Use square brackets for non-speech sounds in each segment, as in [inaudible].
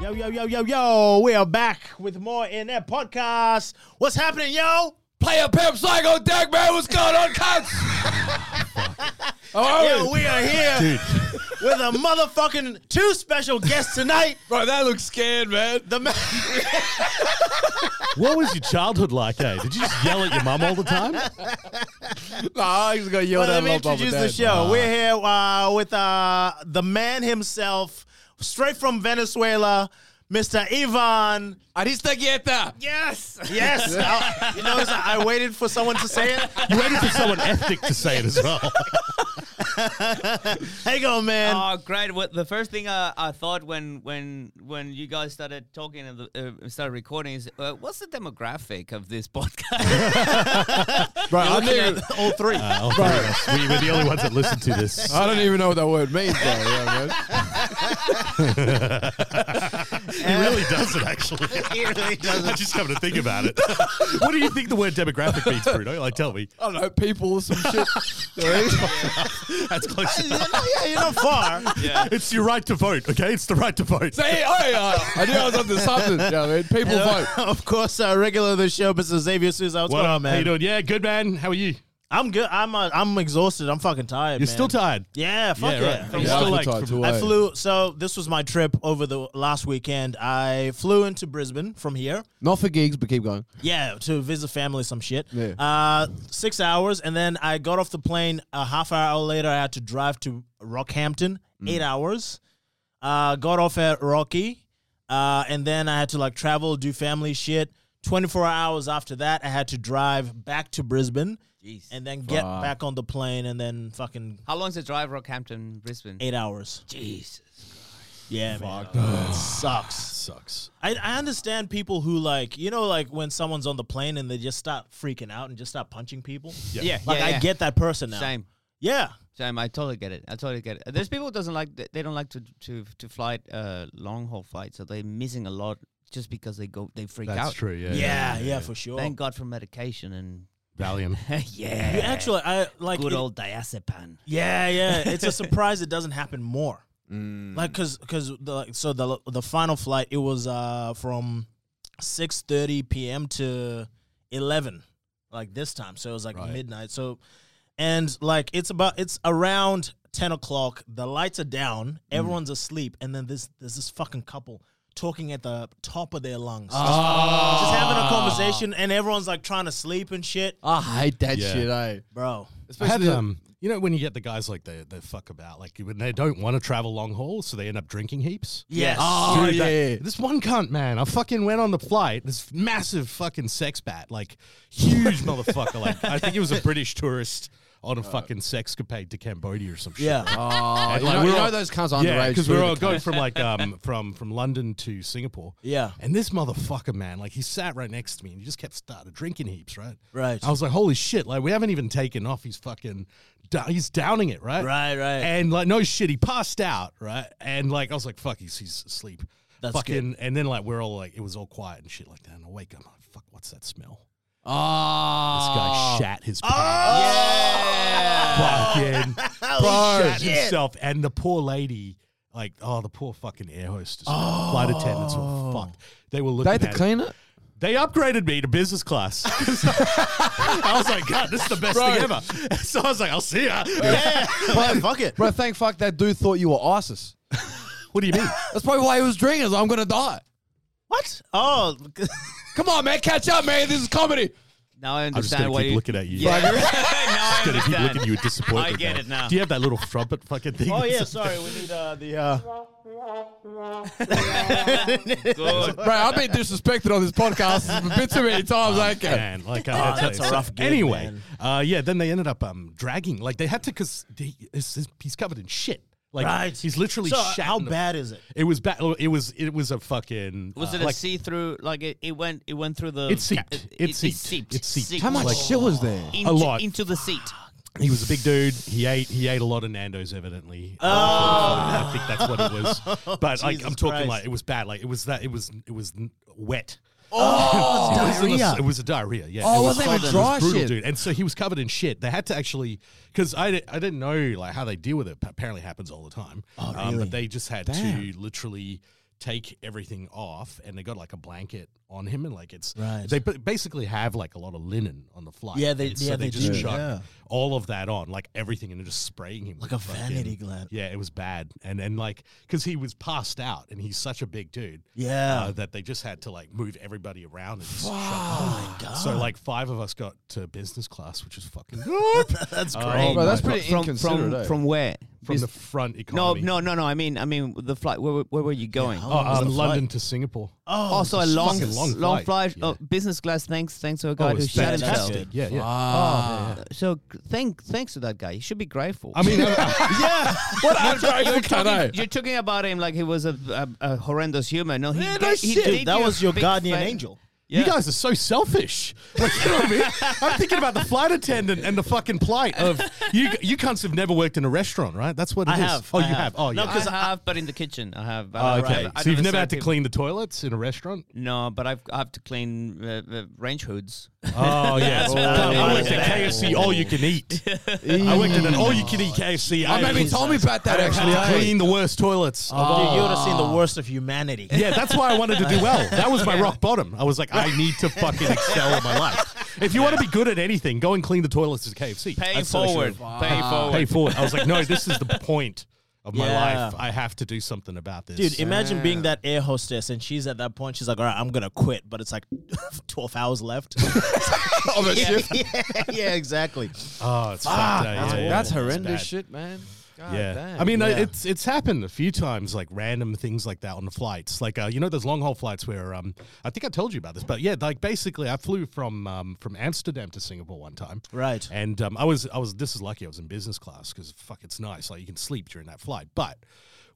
Yo, yo, yo, yo, yo, we are back with more in that podcast. What's happening, yo? Player Pimp Psycho Deck, man. What's going on, [laughs] cunts? Yo, oh, we are here with a motherfucking two special guests tonight. bro, that looks scared, man. The ma- What was your childhood like, eh? Did you just yell at your mum all the time? Nah, I just got yelled well, let at. me by Mom and introduce the Dad. show. We're here uh, with uh, the man himself, straight from Venezuela, Mr. Ivan. Arista Guetta. Yes, yes. I- you know, I waited for someone to say it. You waited for someone ethnic to say it as well. Hey, go, man. oh, great! What, the first thing I, I thought when when when you guys started talking and the, uh, started recording is, uh, what's the demographic of this [laughs] podcast? Bro, I Looking don't, even, at [laughs] all three. Oh. Uh, I'll tell you this. we, we're the only ones that listen to this. I don't even know what that word means, bro. Yeah, man. He really doesn't, actually. He [laughs] really doesn't. I just come to think about it. what do you think the word demographic means, Bruno? Like, tell me. I don't know, people or some shit. You know what I mean? That's close enough. yeah, you're not far. [laughs] yeah. It's your right to vote, okay? It's the right to vote. Say, oh, yeah. I knew I was onto something. You know what I mean? People vote. [laughs] of course, uh, regular of the show, Mr. Xavier Souza. What's What going up, on, man? How you doing? Yeah, good, man. How are you? I'm good. I'm uh, I'm exhausted. I'm fucking tired. You're still tired. Yeah, fuck yeah. right. You're From- Yeah, still I'm like, tired too, I eh? flew. So this was my trip over the last weekend. I flew into Brisbane from here. Not for gigs, but keep going. Yeah, to visit family, some shit. Yeah. Uh, six hours, and then I got off the plane a half hour later. I had to drive to Rockhampton, Mm. eight hours. Uh, got off at Rocky, uh, and then I had to like travel, do family shit. Twenty four hours after that, I had to drive back to Brisbane, Jeez. and then get Fuck. back on the plane, and then fucking How long's the drive Rockhampton, Brisbane? eight hours. Jesus. Yeah, man. It [sighs] sucks. Sucks. I, I understand people who like you know like when someone's on the plane and they just start freaking out and just start punching people. Yeah. Yeah, Like yeah, I yeah. get that person now. Same, Yeah. same. I totally get it. I totally get it. There's people who doesn't like they don't like to to to fly uh, long haul flights, so they're missing a lot just because they go they freak That's out. true, yeah. Yeah, yeah, for sure. Thank God for medication and [laughs] Valium. yeah, You actually I like good it- old diazepam. Yeah, yeah. [laughs] It's a surprise it doesn't happen more. Mm. Like cuz cuz the like, so the the final flight it was uh from 6:30 p.m. to 11 like this time. So it was like Right. midnight. So and like it's about it's around 10 o'clock. The lights are down. Mm. Everyone's asleep and then this there's this fucking couple talking at the top of their lungs. Ah. Just, just having a conversation and everyone's like trying to sleep and shit. Ah. I hate that Yeah. shit, eh? Bro. I had, um, you know, when you get the guys like they, they fuck about, like when they don't want to travel long haul, so they end up drinking heaps. Yes. Oh, Ah. Dude, that- yeah. this one cunt, man. I fucking went on the flight. This massive fucking sex bat, like huge motherfucker. Like I think it [laughs] was a British tourist on a fucking sexcapade to Cambodia or some shit. Yeah. Oh, And, you like, know, we're you know all- those cars are Yeah, underage. because too. we're all going from [laughs] like um from from London to Singapore. Yeah. And this motherfucker, man, like he sat right next to me and he just kept started drinking heaps, right? Right. I was like, holy shit, like we haven't even taken off. He's fucking, do- he's downing it, right? Right, right. And like, no shit, he passed out, right? And like, I was like, fuck, he's, he's asleep. That's fucking, and then like we're all like, it was all quiet and shit like that. And I wake up, I'm like, fuck, what's that smell? This Ah. guy shat his pants. [laughs] Fucking shat himself, and the poor lady. Like oh the poor fucking air hostess, flight attendants were fucked. They were Oh. They looking. had to at it. clean it? They upgraded me to business class. [laughs] I was like, God, this is the best thing ever. [laughs] So I was like, I'll see ya. [laughs] Yeah, fuck it. Bro, thank fuck that dude thought you were ISIS. What do you mean? That's probably why he was drinking. he's like, I'm gonna die. What? Oh, [laughs] [laughs] Come on, man, catch up, man. This is comedy. Now I I'm just gonna understand why keep you. looking at you. yeah. [laughs] now I'm I just gonna keep understand. looking at you with disappointment. I get now. it now. Do you have that little trumpet fucking thing? Oh yeah, That's- sorry. We need uh, [laughs] the. Uh, Good. Bro, I've been disrespected on this podcast a bit too many times. I can't. Man, [laughs] like I can't Oh, that's tell a you. rough gig, Anyway, man. uh, yeah. Then they ended up um, dragging. Like they had to because he's covered in shit. Like Right. he's literally so uh, shat how in the- bad is it? It was bad. It was it was a fucking. Was uh, it a like, see-through? Like it, it went, it went through the. It seeped. It, It it seeped. seeped. It seeped. Seeped. How much Like, shit was there? into, lot. into the seat? He was a big dude. He ate he ate a lot of Nando's evidently. Oh, I think that's what [laughs] it was. But like I'm Jesus talking Christ. like it was bad. Like it was that it was it was n- wet. Oh, [laughs] It was in the- It was a diarrhea. Yeah. Oh, it It was wasn't even fucking- dry it was brutal, shit. dude. And so he was covered in shit. They had to actually because I, di- I didn't know like how they deal with it. P- Apparently happens all the time. Oh, um, but they just had to literally take everything off and they got like a blanket on him and like it's Right. they ba- basically have like a lot of linen on the flight Yeah, they- And so yeah, they just do, chuck yeah. all of that on like everything and they're just spraying him Like with a fucking- vanity gland. yeah it was bad and then like because he was passed out and he's such a big dude Yeah. uh, that they just had to like move everybody around and just shut oh my God. so like five of us got to business class which is fucking good That's Oh, great. bro, that's pretty from, inconsiderate, From, eh? from where? from Is- the front no, economy no, no, no. I mean, I mean the flight. Where, where, where were you going? how oh, long was um, the London to Singapore Oh, also a long, fucking long long, flight. flight. Yeah. Oh, Oh, business class. Thanks, thanks to a guy it who was shot himself. fantastic. yeah Oh, yeah Uh, So g- thank, thanks to that guy. You should be grateful. I mean [laughs] yeah. What a [laughs] you're grateful talking, cunt, eh? you're talking about him like he was a, a, a horrendous human. No, he, Yeah, no did- he shit. did Dude, that you a was your big guardian favor. angel. Yeah. You guys are so selfish. Like, you know what I mean? I'm thinking about the flight attendant and the fucking plight of you. You cunts have never worked in a restaurant, right? That's what it I is. have, Oh, I you have. have. Oh, No, yeah. I have, but in the kitchen, I have. but Oh, I've okay. never- I so you've never never served had to people. clean the toilets in a restaurant? No, but I've I have to clean uh, uh, range hoods. Oh yeah. I worked at KFC all you can eat. I worked at an all you can eat KFC. I I maybe had told me about that actually. to eh? clean the worst toilets. of all. Dude, you would have seen the worst of humanity. [laughs] Yeah, that's why I wanted to do well. That was my rock bottom. I was like, I need to fucking excel in my life. If you want to be good at anything, go and clean the toilets at KFC. Pay That's so true. forward. Pay forward. pay for it. I was like, no, [laughs] this is the point of my Yeah. life. I have to do something about this. Dude, imagine being that air hostess and she's at that point, she's like, all right, I'm going to quit, but it's like [laughs] 12 hours left. Of a yeah, [laughs] shift. yeah, yeah, exactly. oh, Ah, it's fucked up. that's, Yeah, yeah, that's yeah. horrendous bad. shit, man. God yeah, damn. I mean, uh Yeah. it's it's happened a few times, like random things like that on the flights. Like, uh, you know, those long haul flights where um, I think I told you about this, but yeah, like basically, I flew from um, from Amsterdam to Singapore one time, Right. And um, I was I was this is lucky I was in business class because fuck, it's nice. Like you can sleep during that flight, but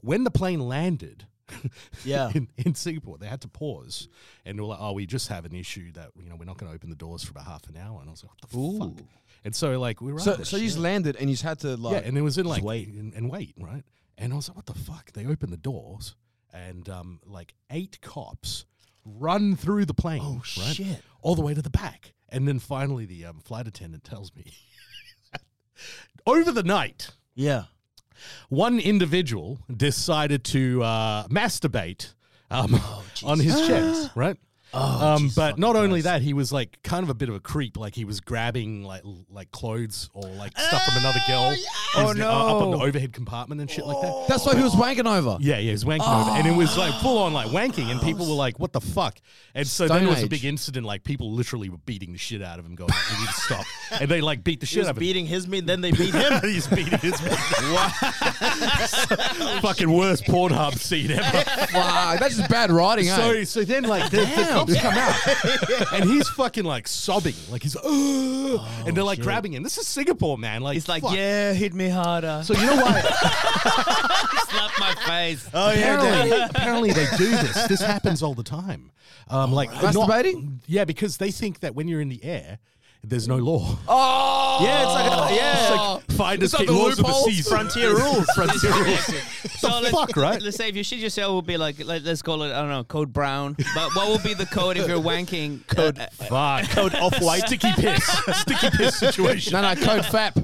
when the plane landed. [laughs] Yeah. in, in Singapore, they had to pause, and they were like, "Oh, we just have an issue that you know we're not going to open the doors for about half an hour." And I was like, "What the fuck?" And so, like, we were So, like, so you just landed and you just had to like. yeah, and it was in like wait. And, and wait, right? And I was like, what the fuck? They open the doors and um, like eight cops run through the plane. Oh shit. All the way to the back, and then finally the um, flight attendant tells me [laughs] over the night Yeah. one individual decided to uh, masturbate um, [laughs] on his chest, right? um, but not only that, he was like kind of a bit of a creep. Like he was grabbing like l- like clothes or like stuff from another girl. Oh no! up on the overhead compartment and shit like that. that's why he was wanking over. Yeah, yeah, it was wanking over, and it was like full on like wanking, and people were like, "What the fuck?" And so then Stone it was a Age. big incident. Like people literally were beating the shit out of him, going, "You need to stop," and they like beat the She shit was out of him. beating his meat, then they beat [laughs] him. He's beating his [laughs] fucking worst Pornhub scene ever. wow, that's just bad writing, [laughs] So, eh? so then like the, the cops come out and he's fucking like sobbing, like he's "Ugh," and they're like grabbing him. This is Singapore, man. Like It's like, fuck. yeah, hit me harder. So you know why? [laughs] Slap my face. Oh, apparently, apparently they do this. This happens all the time. Um, like not- Masturbating? yeah, because they think that when you're in the air, there's no law. Oh, Yeah, it's like a, yeah, it's like find Is us that keep the laws of the loophole? seas, frontier rules, frontier rules. the let's- fuck, right? Let's say if you shit yourself, would be like let, us call it I don't know code brown. But what would be the code if you're wanking? Uh, Code. Fuck. Code off white. Sticky piss. Sticky piss situation. no, no, code FAP.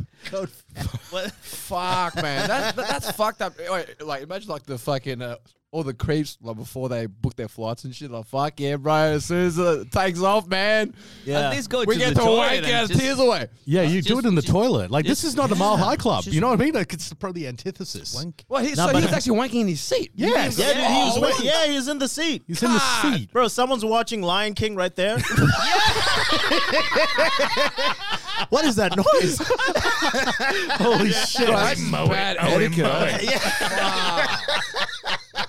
Fuck, man, that, that- that's fucked up. Wait, like imagine like the fucking uh, all the creeps like before they book their flights and shit. Like, fuck yeah, bro! As soon as it takes off, man, Yeah. At least go we to get the to toilet wank and our just- tears away. [laughs] Yeah, you do just- it in the just- toilet. Like this just- is not a mile high club. just- you know what I mean? Like it's probably the antithesis. Well, he's, No, so but- he's actually wanking in his seat. Yes. Yeah, dude, he was Oh, wa- yeah, he's in the seat. He's in the seat. Bro, someone's watching Lion King right there. What is that [laughs] noise? Holy shit! bad etiquette. Yeah. [laughs]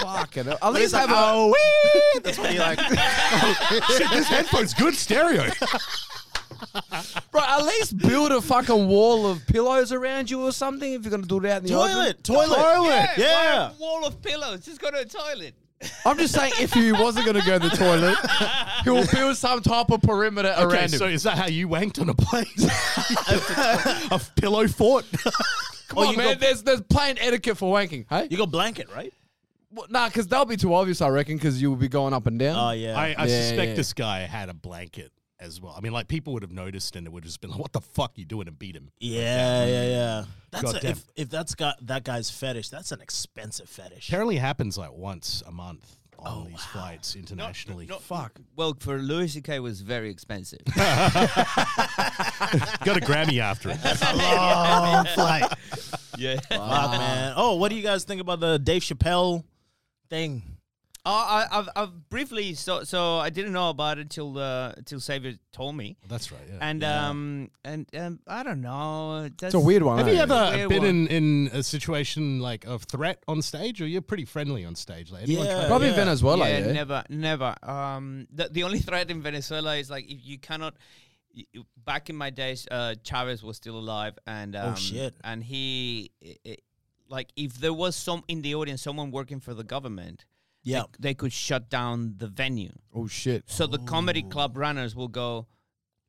Fucking hell. At least have a. oh, That's what he like. shit, this headphone's good stereo. Bro, at least build a fucking wall of pillows around you or something if you're gonna do it out in the open. Toilet, toilet, Yeah, Yeah. why a wall of pillows. Just go to a toilet. I'm just saying, if he wasn't gonna go to the toilet, he will build some type of perimeter [laughs] Okay, around so him. is that how you wanked on a plane? [laughs] a f- pillow fort. Come on, man. there's there's plain etiquette for wanking, hey? You got blanket, right? Well, nah, because that'll be too obvious, I reckon, because you'll be going up and down. Oh yeah. I, I Yeah, suspect yeah. this guy had a blanket as well. I mean, like people would have noticed and it would have just been like, "What the fuck you doing?" and beat him. yeah, yeah, yeah. That's a, Goddamn. if if that's got that guy's fetish, that's an expensive fetish. Apparently, happens like once a month on these flights internationally. Fuck. Well, for Louis C.K. was very expensive. [laughs] Got a Grammy after it. That's a long flight. [laughs] yeah. [laughs] Fuck, man. Oh, what do you guys think about the Dave Chappelle thing? Oh, I, I've, I've briefly so so I didn't know about it till uh, till Xavier told me, That's right. Yeah. and um and um I don't know. It's a weird one. Have eh? you ever Weird been one. in, in a situation like of threat on stage, or you're pretty friendly on stage? Like anyone Yeah. try to- Probably Yeah. Venezuela, yeah, yeah. never, never. Um, the, the only threat in Venezuela is like if you cannot. y- y- Back in my days, uh, Chavez was still alive, and Oh, um, shit. and he, i- i- like, if there was some in the audience, someone working for the government, they- Yeah. they, could shut down the venue. Oh shit. So the comedy club Oh. runners will go,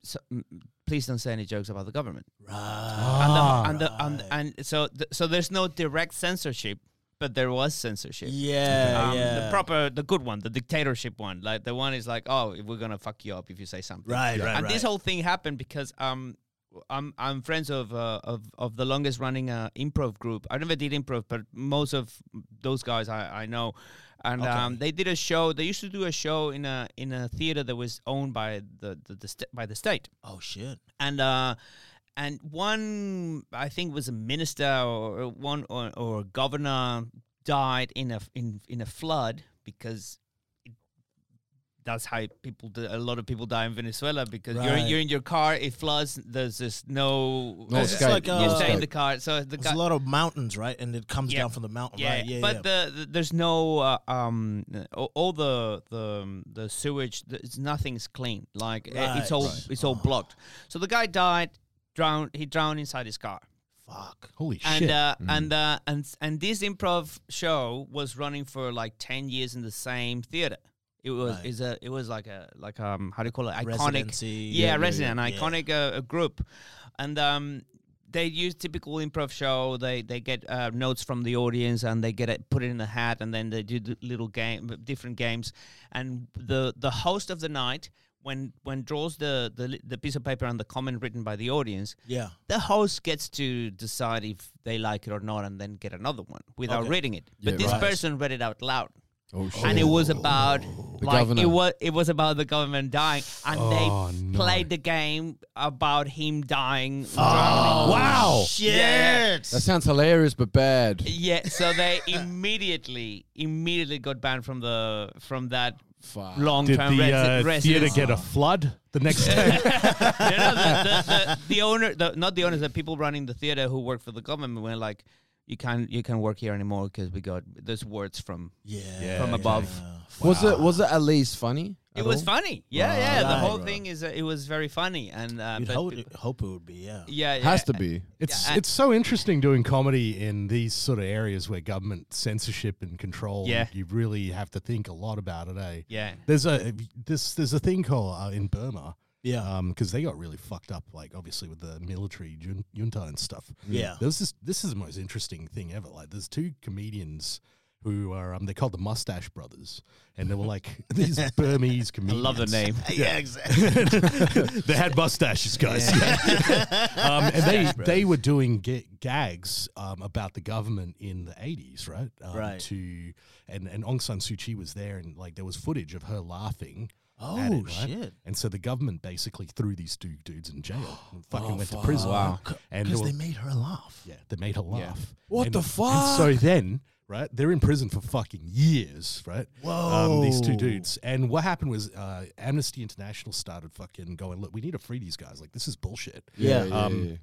"S- m- please don't say any jokes about the government. Right. And, the, and, the, and, and so, th- so there's no direct censorship, but there was censorship Oh, Yeah, um, yeah. the proper, the good one, the dictatorship one. Like the one is like, oh, we're gonna fuck you up if you say something. Right, right, And this right. whole thing happened because um, I'm I'm friends of uh, of of the longest running uh, improv group. I never did improv, but most of those guys I, I know, and um, they did a show. They used to do a show in a in a theater that was owned by the the, the st- by the state oh shit. and uh and one I think was a minister or or one or, or a governor died in a in in a flood because it- that's how people di- a lot of people die in Venezuela because you're Right. you're in your car it floods there's just no, No It's just escape. like, you uh, stay in the car so the There's guy a lot of mountains, right? And it comes Yeah. down from the mountain, yeah, right? Yeah, but yeah. The, the there's no uh, um all, all the the um, the sewage. th- It's nothing's clean. Like uh, Right. it's all Right. Oh. it's all blocked. So the guy died, drowned. He drowned inside his car. Fuck. Holy And shit! uh, and uh, and s- and this improv show was running for like ten years in the same theater. It was Right. is a it was like a like um how do you call it iconic Residency. yeah, Yeah, yeah, resident yeah. iconic Uh, uh, group, and um they use typical improv show. They they get uh, notes from the audience and they get it put it in a hat and then they do the little game different games, and the the host of the night. When, when draws the, the li- the piece of paper and the comment written by the audience, Yeah. the host gets to decide if they like it or not and then get another one without Okay. reading it but Yeah, this right. person read it out loud Oh shit. and it was about like governor. it was it was about the government dying and Oh, they no. played the game about him dying oh, wow! Shit. Yeah. that sounds hilarious but bad. yeah so they [laughs] immediately immediately got banned from the from that Fuck. Did long-term the resi- uh, theater residence get a flood the next day? [laughs] No, no, the, the, the, the owner, the, not the owners, the people running the theater who work for the government were like, you can't, you can't work here anymore because we got there's words from. Yeah. From above. Was it was it at least funny? It at was all? funny, yeah, yeah. The Right, whole right. thing is, uh, it was very funny, and uh, You'd but hope, people- hope it would be, yeah. yeah, yeah, Has to be. It's Yeah, I- it's so interesting doing comedy in these sort of areas where government censorship and control. Yeah. you really have to think a lot about it. Eh? Yeah. there's a this there's a thing called uh, in Burma. Yeah. um, because they got really fucked up, like obviously with the military jun- junta and stuff. Yeah. there was this. This is the most interesting thing ever. Like, there's two comedians who are um, they're called the Mustache Brothers, and they were like [laughs] these Burmese comedians. Love the [laughs] name. yeah, exactly. [laughs] they had mustaches, guys. [laughs] um, and they they were doing ga- gags um, about the government in the eighties, right? Um, Right. To and and Aung San Suu Kyi was there, and like there was footage of her laughing. Oh, at it, right? shit. And so the government basically threw these two dudes in jail, Oh, and fucking went to prison. Oh, Wow. And Because were- they made her laugh. yeah, they made her laugh. What And- the and so then, right, they're in prison for fucking years, right? Um, these two Whoa. dudes. And what happened was uh, Amnesty International started fucking going, look, we need to free these guys. Like, this is bullshit. Yeah. Um,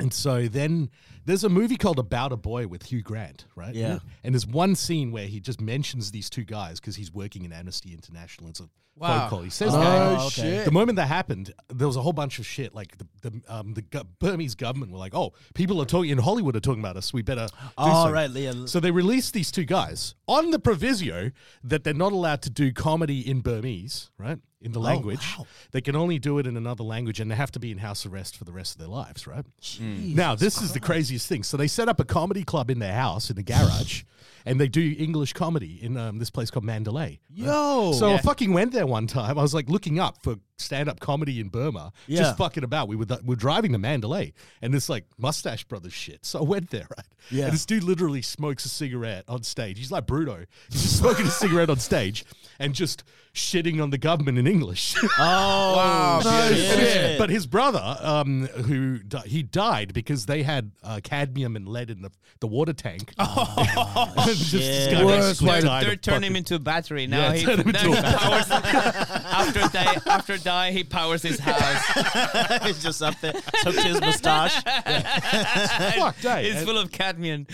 And so then there's a movie called About a Boy with Hugh Grant, right? Yeah. And there's one scene where he just mentions these two guys because he's working in Amnesty International. It's a phone Wow. call. He says Oh, that. okay. shit. The moment that happened, there was a whole bunch of shit. Like the the, um, the go- Burmese government were like, "Oh, people are talking in Hollywood are talking about us. We better." Do Oh, something." right, yeah. So they released these two guys on the proviso that they're not allowed to do comedy in Burmese, right? In the language, Oh, wow. they can only do it in another language, and they have to be in house arrest for the rest of their lives, right? Now, this is the craziest thing. So they set up a comedy club in their house in the garage, and they do English comedy in um, this place called Mandalay. Yo. [laughs] So I fucking went there one time. I was like looking up for stand up comedy in Burma, Yeah. just fucking about. We were th- we were driving to Mandalay, and this like Mustache Brothers shit. So I went there, right? Yeah. And this dude literally smokes a cigarette on stage. He's like Bruno. He's just smoking a [laughs] cigarette on stage and just shitting on the government in English. [laughs] Oh, wow. And his- But his brother, um, who di- he died because they had uh, cadmium and lead in the, the [laughs] water tank. Oh, [laughs] shit. Worst way to- They're turning him into a battery now. Yeah, he, turn him now into he a powers [laughs] after die after die he powers his [laughs] house. He's just up there, tucked [laughs] his moustache. fucked, eh? It's And- full of cadmium.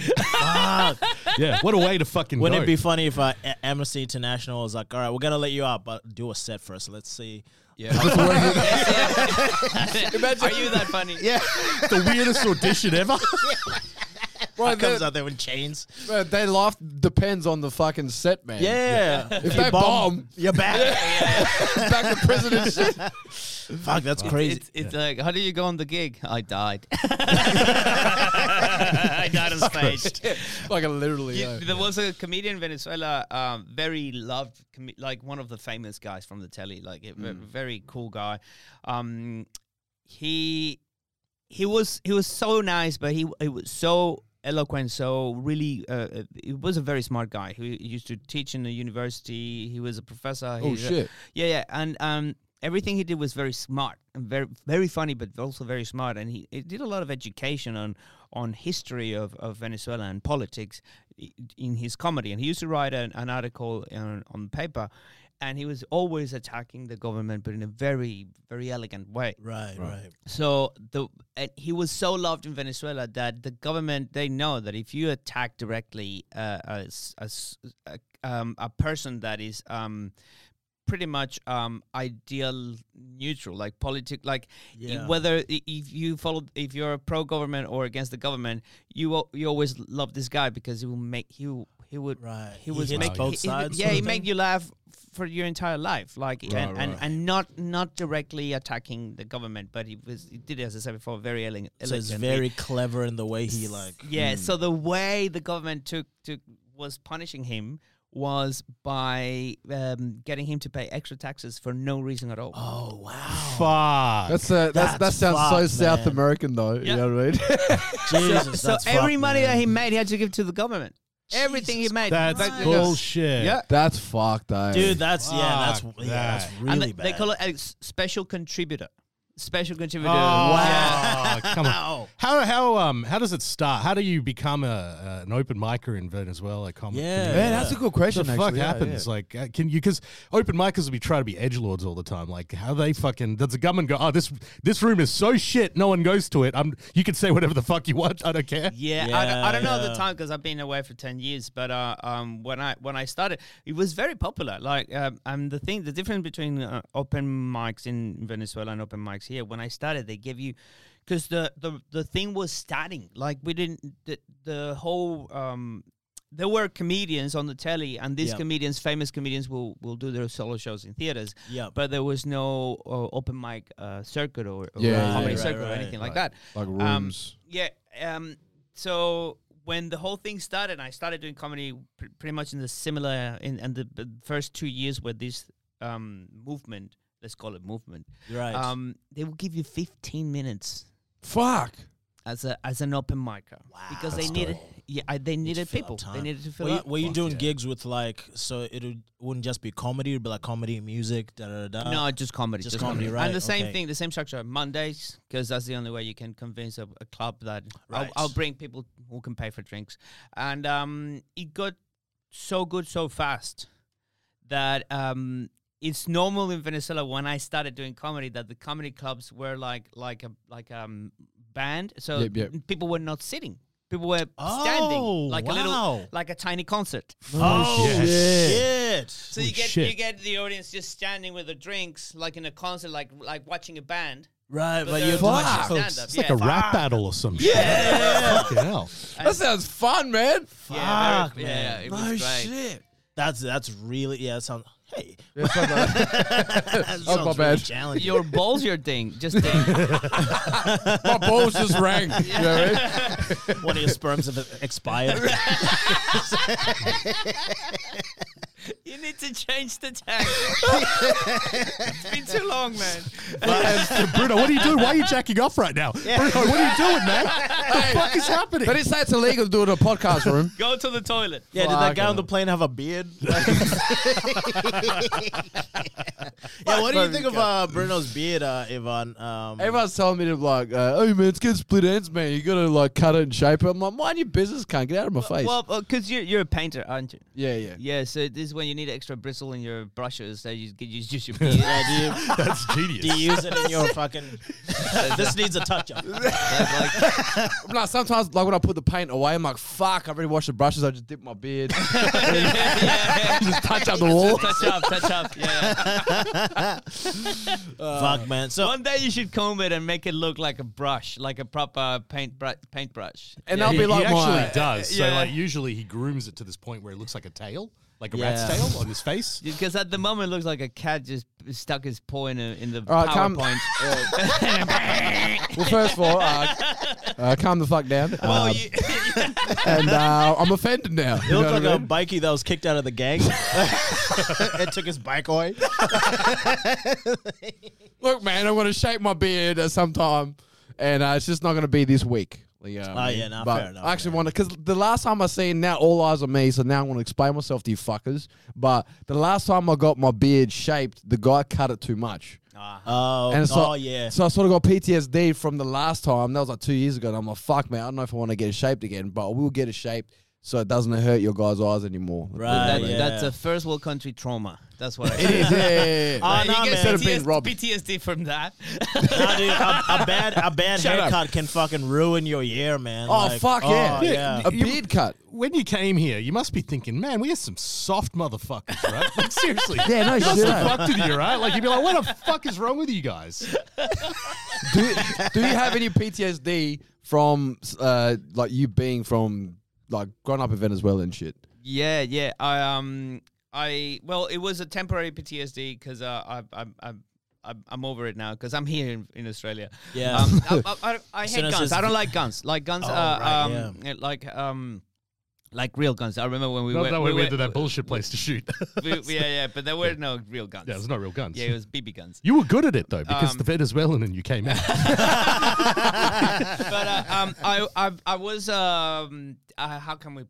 yeah, what a way to fucking Wouldn't go. it be funny if uh, A- Amnesty International was like, all right, we're going to let you out, but do a set first. Let's see. [laughs] Are you that funny? Yeah. the weirdest audition ever. Bro, Comes they, out there in chains. [laughs] bro, they laugh depends on the fucking set, man. Yeah. If they bomb, you're [laughs] back. [laughs] back to president shit. Fuck, that's crazy. It's, [laughs] it's like, how did you go on the gig? I died. I died on stage. Like literally. Yeah, Yeah. there was a comedian in Venezuela, um, very loved, com- like one of the famous guys from the telly, like a ve- very cool guy. Um, he he was he was so nice, but he he was so eloquent. So really, uh, uh, he was a very smart guy. He used to teach in the university. He was a professor. Oh, He's a- shit. yeah, yeah, and um, everything he did was very smart and very very funny, but also very smart. And he, he did a lot of education on on history of, of Venezuela and politics i- in his comedy. And he used to write an, an article on, on paper. And he was always attacking the government, but in a very, very elegant way. right, right. So the and he was so loved in Venezuela that the government they know that if you attack directly uh, a, s- a s- a- um, a person that is um, pretty much um, ideal neutral, like politic, like i- Yeah. whether i- if you follow if you're pro government or against the government, you al- you always love this guy because he will make he will- he would Right. he He was hits make, both he- he- sides yeah, sort he of make thing? you laugh for your entire life, like and, and and not not directly attacking the government, but he was he did as I said before, very ele- So [laughs] it's elegantly. very clever in the way he like. [laughs] hmm. yeah. So the way the government took took was punishing him was by um, getting him to pay extra taxes for no reason at all. Oh wow! Fuck. That's, uh, that's, that That's sounds so fucked, South man. American though. You Yeah. know what I mean? Jesus, so that's every fucked, money man. that he made, he had to give to the government. Everything he Jesus made, That's back to- bullshit. [laughs] Yeah. [laughs] That's fucked, eh? dude, that's yeah, that's Fuck yeah, that's that. really and they, bad. they call it a s- special contributor. Special Oh, contributor. wow. Come on. Wow. How how um how does it start? How do you become a uh, an open micer in Venezuela? Com- Yeah. comedian? Man, that's a good question. What the actually. fuck Yeah, happens? yeah. Like, uh, can you? Because open micers will be trying to be edge lords all the time. Like, how they fucking does the government go? Oh, this this room is so shit. No one goes to it. I'm. You can say whatever the fuck you want. I don't care. Yeah, I, don't, I Yeah, don't know at the yeah. time because I've been away for ten years. But uh, um, when I when I started, it was very popular. Like um, um the thing, the difference between uh, open mics in Venezuela and open mics here. When I started, they give you because the, the the thing was starting. Like we didn't the, the whole um. There were comedians on the telly, and these Yeah. comedians, famous comedians, will, will do their solo shows in theaters. Yeah. But there was no uh, open mic uh, circuit or, or Yeah, comedy yeah, right, circuit or right, anything like right. that. Like Um, rooms. yeah. Um, so when the whole thing started, I started doing comedy pr- pretty much in the similar in, in the the first two years where this um, movement, let's call it movement, Right. um, they will give you 15 minutes Fuck. as a as an open micer because they needed yeah I, they needed fill up people they time. needed to fill were you, up. were you Fuck doing yeah. gigs with like so it would- wouldn't just be comedy, it'd be like comedy, music, da da da. da? No, just comedy. just comedy, right, And the same okay. thing, the same structure. Mondays, because that's the only way you can convince a, a club that Right. I'll, I'll bring people who can pay for drinks. And um, it got so good so fast that um, it's normal in Venezuela when I started doing comedy that the comedy clubs were like like a like um band, so Yep, yep. people were not sitting. People were standing Oh, like a little wow. like a tiny concert. Oh shit. shit. So you Holy get shit. you get the audience just standing with the drinks, like in a concert, like like watching a band. Right, but, they're you're doing watching shows. stand-up, It's yeah. like a rap battle or some shit. Yeah. Fucking hell. That sounds fun, man. Yeah, Fuck, very- yeah, man. it was great. shit. That's that's really yeah, that sounds hey. [laughs] That Oh, my sounds really bad. challenging. [laughs] Your balls, your ding, just ding. My balls just rang. You know what I mean? One of your sperms have expired. [laughs] [laughs] you need to change the [laughs] tag. it's been too long, man. uh, Bruno, what are you doing? Why are you jacking off right now? Bruno, what are you doing, man? What the fuck is happening? [laughs] But it's that's illegal to do it in a podcast room. Go to the toilet. Yeah, did that Fuck guy on it. the plane have a [laughs] beard? yeah, what do you think of uh, Bruno's beard, uh, Ivan? Um, [laughs] Everyone's telling me to like, uh, "Hey man, it's getting split ends, man. You gotta like cut it and shape it." I'm like, "Mind your business, can't get out of my face." Well, because you're you're a painter, aren't you? yeah, yeah. Yeah, so this is when you need extra bristle in your brushes that you get you just [laughs] your beard. yeah, do, you, That's do genius. you use it in [laughs] your fucking? this needs a touch [laughs] up. I'm like, sometimes like when I put the paint away, I'm like, "Fuck!" I already washed the brushes. I just dip my [laughs] beard, [laughs] just touch up the wall. touch up, touch up. Yeah, [laughs] yeah. Fuck, man. So One day you should comb it and make it look like a brush, like a proper paint br- paintbrush. And yeah. I'll he, be he like, actually "My." does. yeah. So like usually he grooms it to this point where it looks like a tail, like a Yeah. rat's tail on his face. Because at the moment, it looks like a cat just stuck his paw in, a, in the All right, come. [laughs] PowerPoint. [laughs] [laughs] Well, first of all, uh, uh, calm the fuck down. Well, Um, [laughs] you, and uh, I'm offended now. he You know looked what like I a mean? bikie that was kicked out of the [laughs] gang. it took his bike away. Look, man, I'm gonna shape my beard at some time, and uh, it's just not gonna be this week. You know what I Oh, mean? yeah, nah, But fair enough, I actually yeah. want to, because the last time I seen now, all eyes on me, so now I want to explain myself to you fuckers. But the last time I got my beard shaped, the guy cut it too much. Oh, And so, oh yeah. So I sort of got PTSD from the last time. That was like two years ago. And I'm like, fuck, man, I don't know if I want to get it shaped again, but I will get it shaped so it doesn't hurt your guys' eyes anymore. Right. that, yeah. That's a first world country trauma. That's what I It [laughs] is, [laughs] yeah, yeah, yeah. Ah, He nah, gets man. of being PTSD robbed. PTSD [laughs] from that. Nah, dude, a, a bad a bad Shut up. haircut can fucking ruin your year, man. Oh, Like, fuck, oh, yeah. yeah. A beard cut. When you came here, you must be thinking, man, we are some soft motherfuckers, right? [laughs] Like, seriously. Yeah, no What's shit. the fuck to you, right? Like you'd be like, what the fuck is wrong with you guys? do, do you have any PTSD from uh, like you being from like growing up in Venezuela and shit? [laughs] yeah, yeah. I um, I well, it was a temporary PTSD because uh, I, I, I, I, I'm over it now because I'm here in, in Australia. Yeah. Um, I, [laughs] I, I, I soon hate as guns. it's- I don't like guns. Like guns. Oh, uh, right, um, like um, like real guns. I remember when we Not went. that way we went went- to that bullshit place to shoot. [laughs] we- yeah, yeah, but there were no real guns. Yeah, it's not real guns. Yeah, it was BB guns. [laughs] You were good at it though, because Um, the Venezuelan and you [laughs] came out. but uh, um, I, I, I was um, uh, how can we,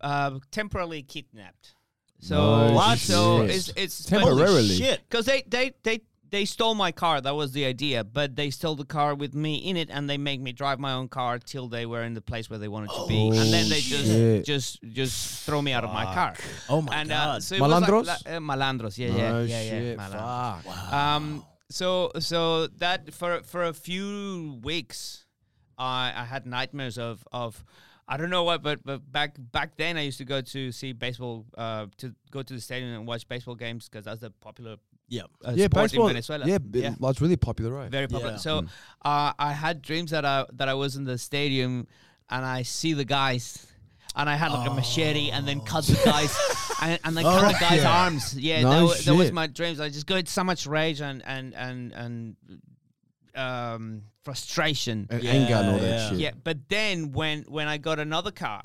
uh, temporarily kidnapped. So No What? So shit. it's it's Temporarily. Shit. because they they they. They stole my car. That was the idea, but they stole the car with me in it, and they make me drive my own car till they were in the place where they wanted to be, and then they just Oh, shit. just just throw me out of my car. Oh my and, Uh, God. so it was like- Malandros? like, uh, malandros, yeah, yeah, oh yeah, yeah, shit! malandros. fuck. Um. So so that for for a few weeks, I I had nightmares of of. I don't know what, but, but back back then I used to go to see baseball, uh, to go to the stadium and watch baseball games because that's a popular Yeah. uh, Yeah, sport baseball. in Venezuela. Yeah, b- like, it's really popular, right? Mm. very popular. Yeah. So uh, I had dreams that I that I was in the stadium and I see the guys and I had like a machete and then cut the [laughs] guys and, and then cut the guys' arms. Yeah, Oh. No that, wa- that was shit. my dreams. I just got so much rage and and and and um, frustration. and anger and all that yeah. shit. Yeah, but then when when I got another car,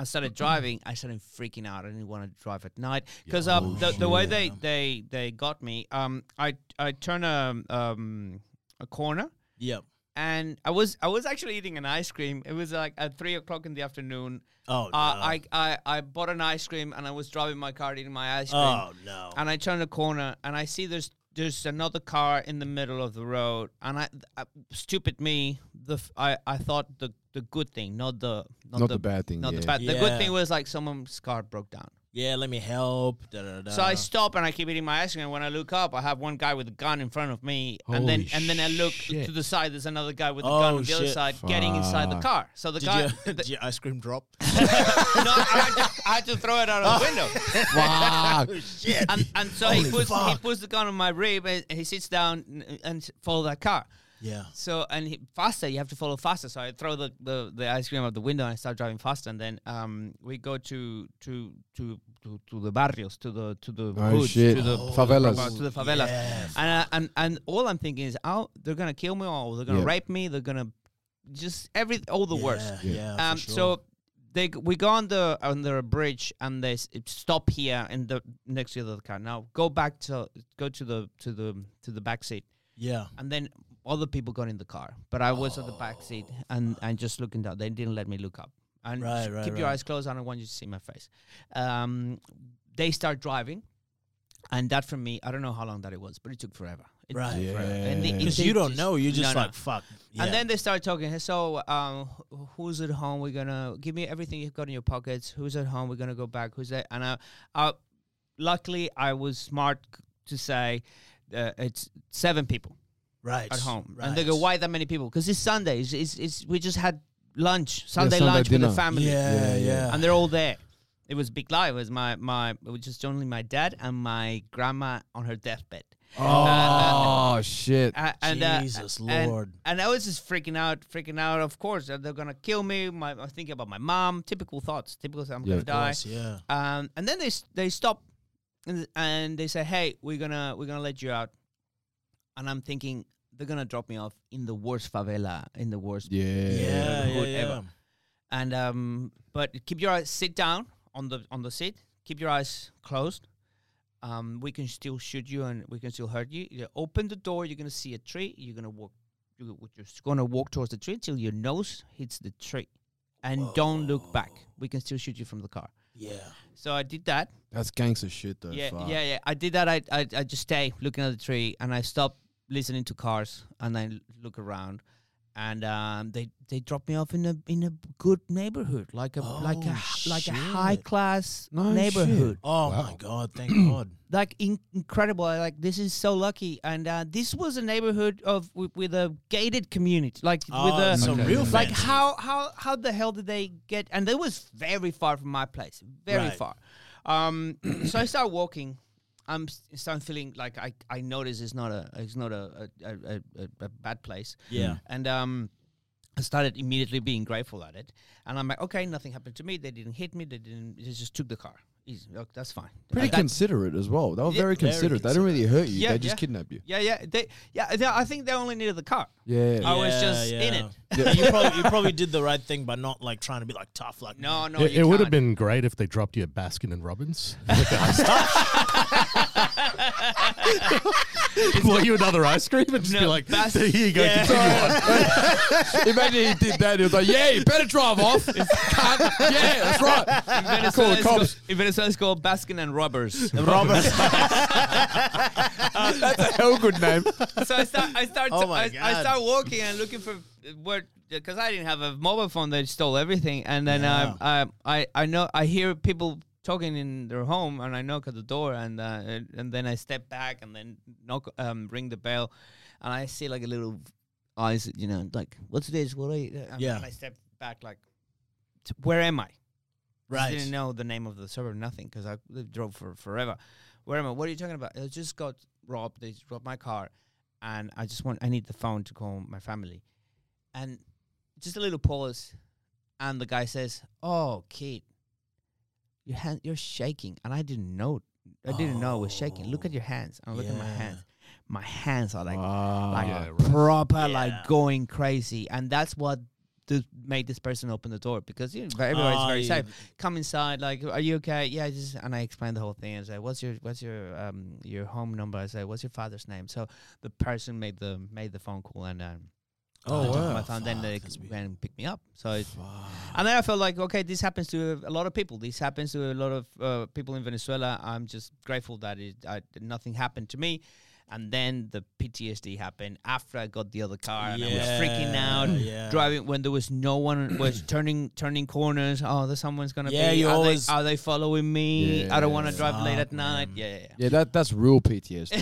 I started driving. I started freaking out. I didn't want to drive at night because Oh, um, the, the way they, they they got me, um, I I turn a um a corner Yep. and I was I was actually eating an ice cream. It was like at three o'clock in the afternoon. Oh, uh, no. I, I I bought an ice cream and I was driving my car eating my ice cream. oh, no. And I turn the corner and I see there's there's another car in the middle of the road. And I, I stupid me, the f- I, I thought the the good thing, not the not, Not the bad thing, not the yeah. bad. The good Yeah. thing was like someone's car broke down. yeah, let me help. Da, da, da, So I da. stop and I keep eating my ice cream. And when I look up, I have one guy with a gun in front of me, and then Holy and then I look shit. to the side. There's another guy with a Oh, gun on the other shit. side, getting inside the Fuck. car. So [laughs] the Did, guy, you, the- did your ice cream drop? no, I had, to, I had to throw it out [laughs] of the Oh. window. Fuck. Shit. And, and so Holy he puts he fuck. puts the gun on my rib, and he sits down and, and follow that car. [laughs] yeah. So and he, faster, you have to follow faster. So I throw the, the, the ice cream out the window and I start driving faster. And then um, we go to to to to, to the barrios, to the to the Oh, hoods, shit. to the Oh, proper- to the favelas. And, I, and and all I'm thinking is, oh, they're gonna kill me, or they're gonna Yeah. rape me, they're gonna just every all the worst. Yeah. yeah, Um, for sure. So they g- we go on the under a bridge and they s- stop here and the next to the other car. Now go back to go to the to the to the back seat yeah. and then other people got in the car, but I was at the back seat and and just looking down. They didn't let me look up. And Right, just right, keep your right. eyes closed. I don't want you to see my face. Um, they start driving, and that for me, I don't know how long that it was, but it took forever. It took Right. forever. And they- Because they you don't know. You're just no, no. like, fuck. Yeah. And then they start talking. "Hey, So, um, wh- who's at home? We're gonna give me everything you've got in your pockets. Who's at home? We're gonna go back. Who's that? And I, I luckily, I was smart c- to say, uh, it's seven people right. at home, Right. and they go, "Why that many people?" Because it's Sunday. It's, it's, it's we just had lunch, Sunday, Sunday lunch with dinner. the family, Yeah, yeah. Yeah, and they're all there. It was big life. It was my my it was just only my dad and my grandma on her deathbed. [laughs] Oh shit. Uh, and uh, Jesus and- Lord. And I was just freaking out, freaking out. Of course, uh, they're gonna kill me. My, I'm thinking about my mom. Typical thoughts. Typical. I'm Yeah, gonna of die. Yes, yeah. Um, and then they s- they stop, and, and they say, "Hey, we're gonna we're gonna let you out." And I'm thinking they're gonna drop me off in the worst favela, in the worst. Yeah. Yeah, yeah, Good yeah. ever. And um, but keep your eyes sit down on the on the seat. Keep your eyes closed. Um, we can still shoot you and we can still hurt you. You open the door. You're gonna see a tree. You're gonna walk. You're just gonna walk towards the tree till your nose hits the tree, and don't look back. We can still shoot you from the car. Yeah. So I did that. That's gangster shit though. Yeah, fuck. yeah, yeah. I did that. I, I I just stay looking at the tree, and I stop listening to cars, and I l- look around, and um, they they drop me off in a in a good neighborhood, like a like a Oh, h- like a high shit. class No neighborhood, Oh my God! Thank [clears throat] God. like in- incredible. I, Like this is so lucky, and uh, this was a neighborhood of with, with a gated community, like with Oh, a so Okay, real yeah. like fancy. how how how the hell did they get? And it was very far from my place, very Right. far. Um, [clears throat] so I start walking. I'm s- start feeling like I I notice it's not a it's not a a, a, a, a bad place. Yeah. And um, I started immediately being grateful at it. And I'm like, okay, nothing happened to me. They didn't hit me. They didn't. They just took the car. Easy. Look, that's fine. Pretty Like, that- considerate as well. They were Yeah, very very considerate. They didn't really hurt you. Yeah, they just yeah. kidnapped you. yeah, yeah. They, yeah. They, I think they only needed the car. Yeah. I was Yeah, just in yeah. it. Yeah, you probably you probably did the right thing by not like trying to be like tough like No, no. It, you would have can't. been great if they dropped you at Baskin and [laughs] Robbins. Bought you another ice cream and just be No, like, Bas- there you go. Yeah. Continue [laughs] [laughs] on." Imagine he did that. He was like, "Yeah, you better [laughs] drive off." Cunt. Yeah, that's right. In [laughs] Venezuela, it's cops. called, in [laughs] Venezuela, it's called Baskin and Robbers. Robert. That's a hell good name. so I start, I start, Oh my I, I God. start walking and looking for uh, where, because I didn't have a mobile phone. They stole everything, and then Yeah. um, I, I, I know, I hear people talking in their home, and I knock at the door, and uh, and- and then I step back, and then knock, um, ring the bell, and I see like a little eyes, you know, like what's this? What are you? And, Yeah. And I step back, like, "T- where am I? I right. didn't know the name of the suburb, nothing, because I drove for forever. Where am I? What are you talking about? I just got robbed. They just robbed my car, and I just want. I need the phone to call my family, and just a little pause, and the guy says, "Oh, kid, your hand, you're shaking," and I didn't know. I didn't know it was shaking. Look at your hands. I'm looking at my Yeah. hands. my hands are like, like yeah, right. proper, like going crazy, and that's what th- made this person open the door because you know, everybody's Ah, very yeah. safe. Come inside, like, are you okay? Yeah, just, and I explained the whole thing. I said, what's your what's your um your home number? I said, what's your father's name? So the person made the made the phone call and. Um, Oh, I took wow. my phone. Then Fuck, they that's went weird. and picked me up. So, it, and then I felt like, okay, this happens to a lot of people. This happens to a lot of uh, people in Venezuela. I'm just grateful that it I, nothing happened to me. And then the PTSD happened after I got the other car, and I was freaking Yeah, out, yeah. driving when there was no one [clears throat] was turning turning corners. Oh, there's someone's gonna Yeah, be. you are, always- they, are they following me? I don't want to drive late Fuck, at night. Yeah, yeah, yeah. Yeah, that that's real [laughs] PTSD.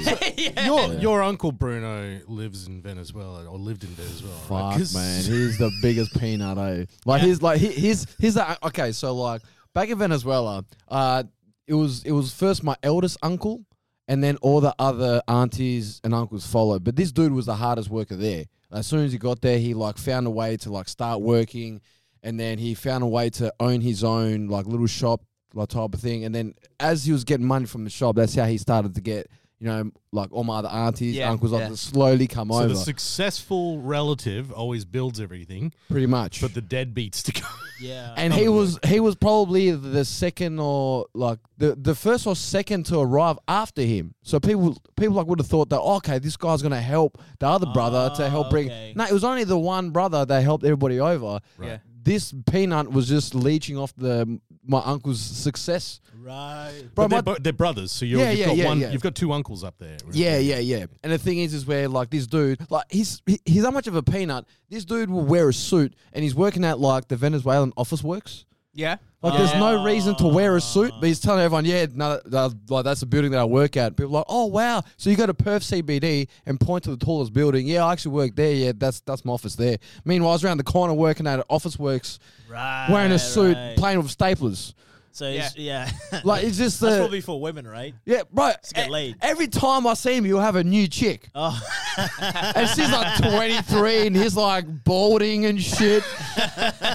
Your, your uncle Bruno lives in Venezuela or lived in Venezuela. right? Fuck 'Cause- [laughs] man, he's the biggest peanut. Eh? Like he's like he, he's he's the okay. So like back in Venezuela, uh, it was it was first my eldest uncle, and then all the other aunties and uncles followed. But this dude was the hardest worker there. As soon as he got there, he like found a way to like start working, and then he found a way to own his own like little shop like type of thing. And then as he was getting money from the shop, that's how he started to get. You know, like all my other aunties, Yeah, uncles, yeah. like to slowly come So over, the successful relative always builds everything, pretty much. but the deadbeats to go. Yeah. And he was he was probably the second or like the, the first or second to arrive after him. So people people like would have thought that oh, okay, this guy's gonna help the other brother to help bring. Ah, okay. No, it was only the one brother that helped everybody over. Right. This peanut was just leeching off the my uncle's success. right. Bro, But my- they're, bo- they're brothers, so you're, Yeah, you've yeah, got yeah, one. yeah. You've got two uncles up there. right? Yeah, yeah, yeah. And the thing is, is where like this dude, like he's he- he's how much of a peanut. This dude will wear a suit, and he's working at like the Venezuelan office works. yeah. Like, there's no reason to wear a suit, but he's telling everyone, yeah, no, that, like that's the building that I work at. People are like, oh wow, so you go to Perth CBD and point to the tallest building. Yeah, I actually work there. Yeah, that's that's my office there. Meanwhile, I was around the corner working at Office Works, Right. wearing a suit, right. playing with staplers. So yeah, yeah. [laughs] Like it's just that's the probably for women, right? yeah, bro. get e- laid. Every time I see him, he'll have a new chick, Oh, [laughs] and she's like 23, and he's like balding and shit.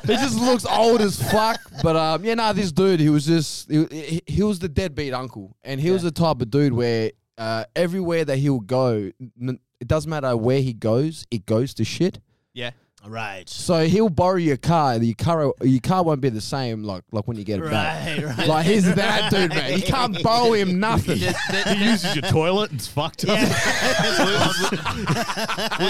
he just looks old as fuck. But um, yeah, nah, this dude, he was just he, he, he was the deadbeat uncle, and he was the type of dude where uh, everywhere that he'll go, n- it doesn't matter where he goes, it goes to shit. Yeah. right. So he'll borrow your car, and your car your car won't be the same like like when you get it back. [laughs] Right, [laughs] right. Like he's that dude, man. You can't borrow him [laughs] nothing. he uses your toilet. It's fucked up. we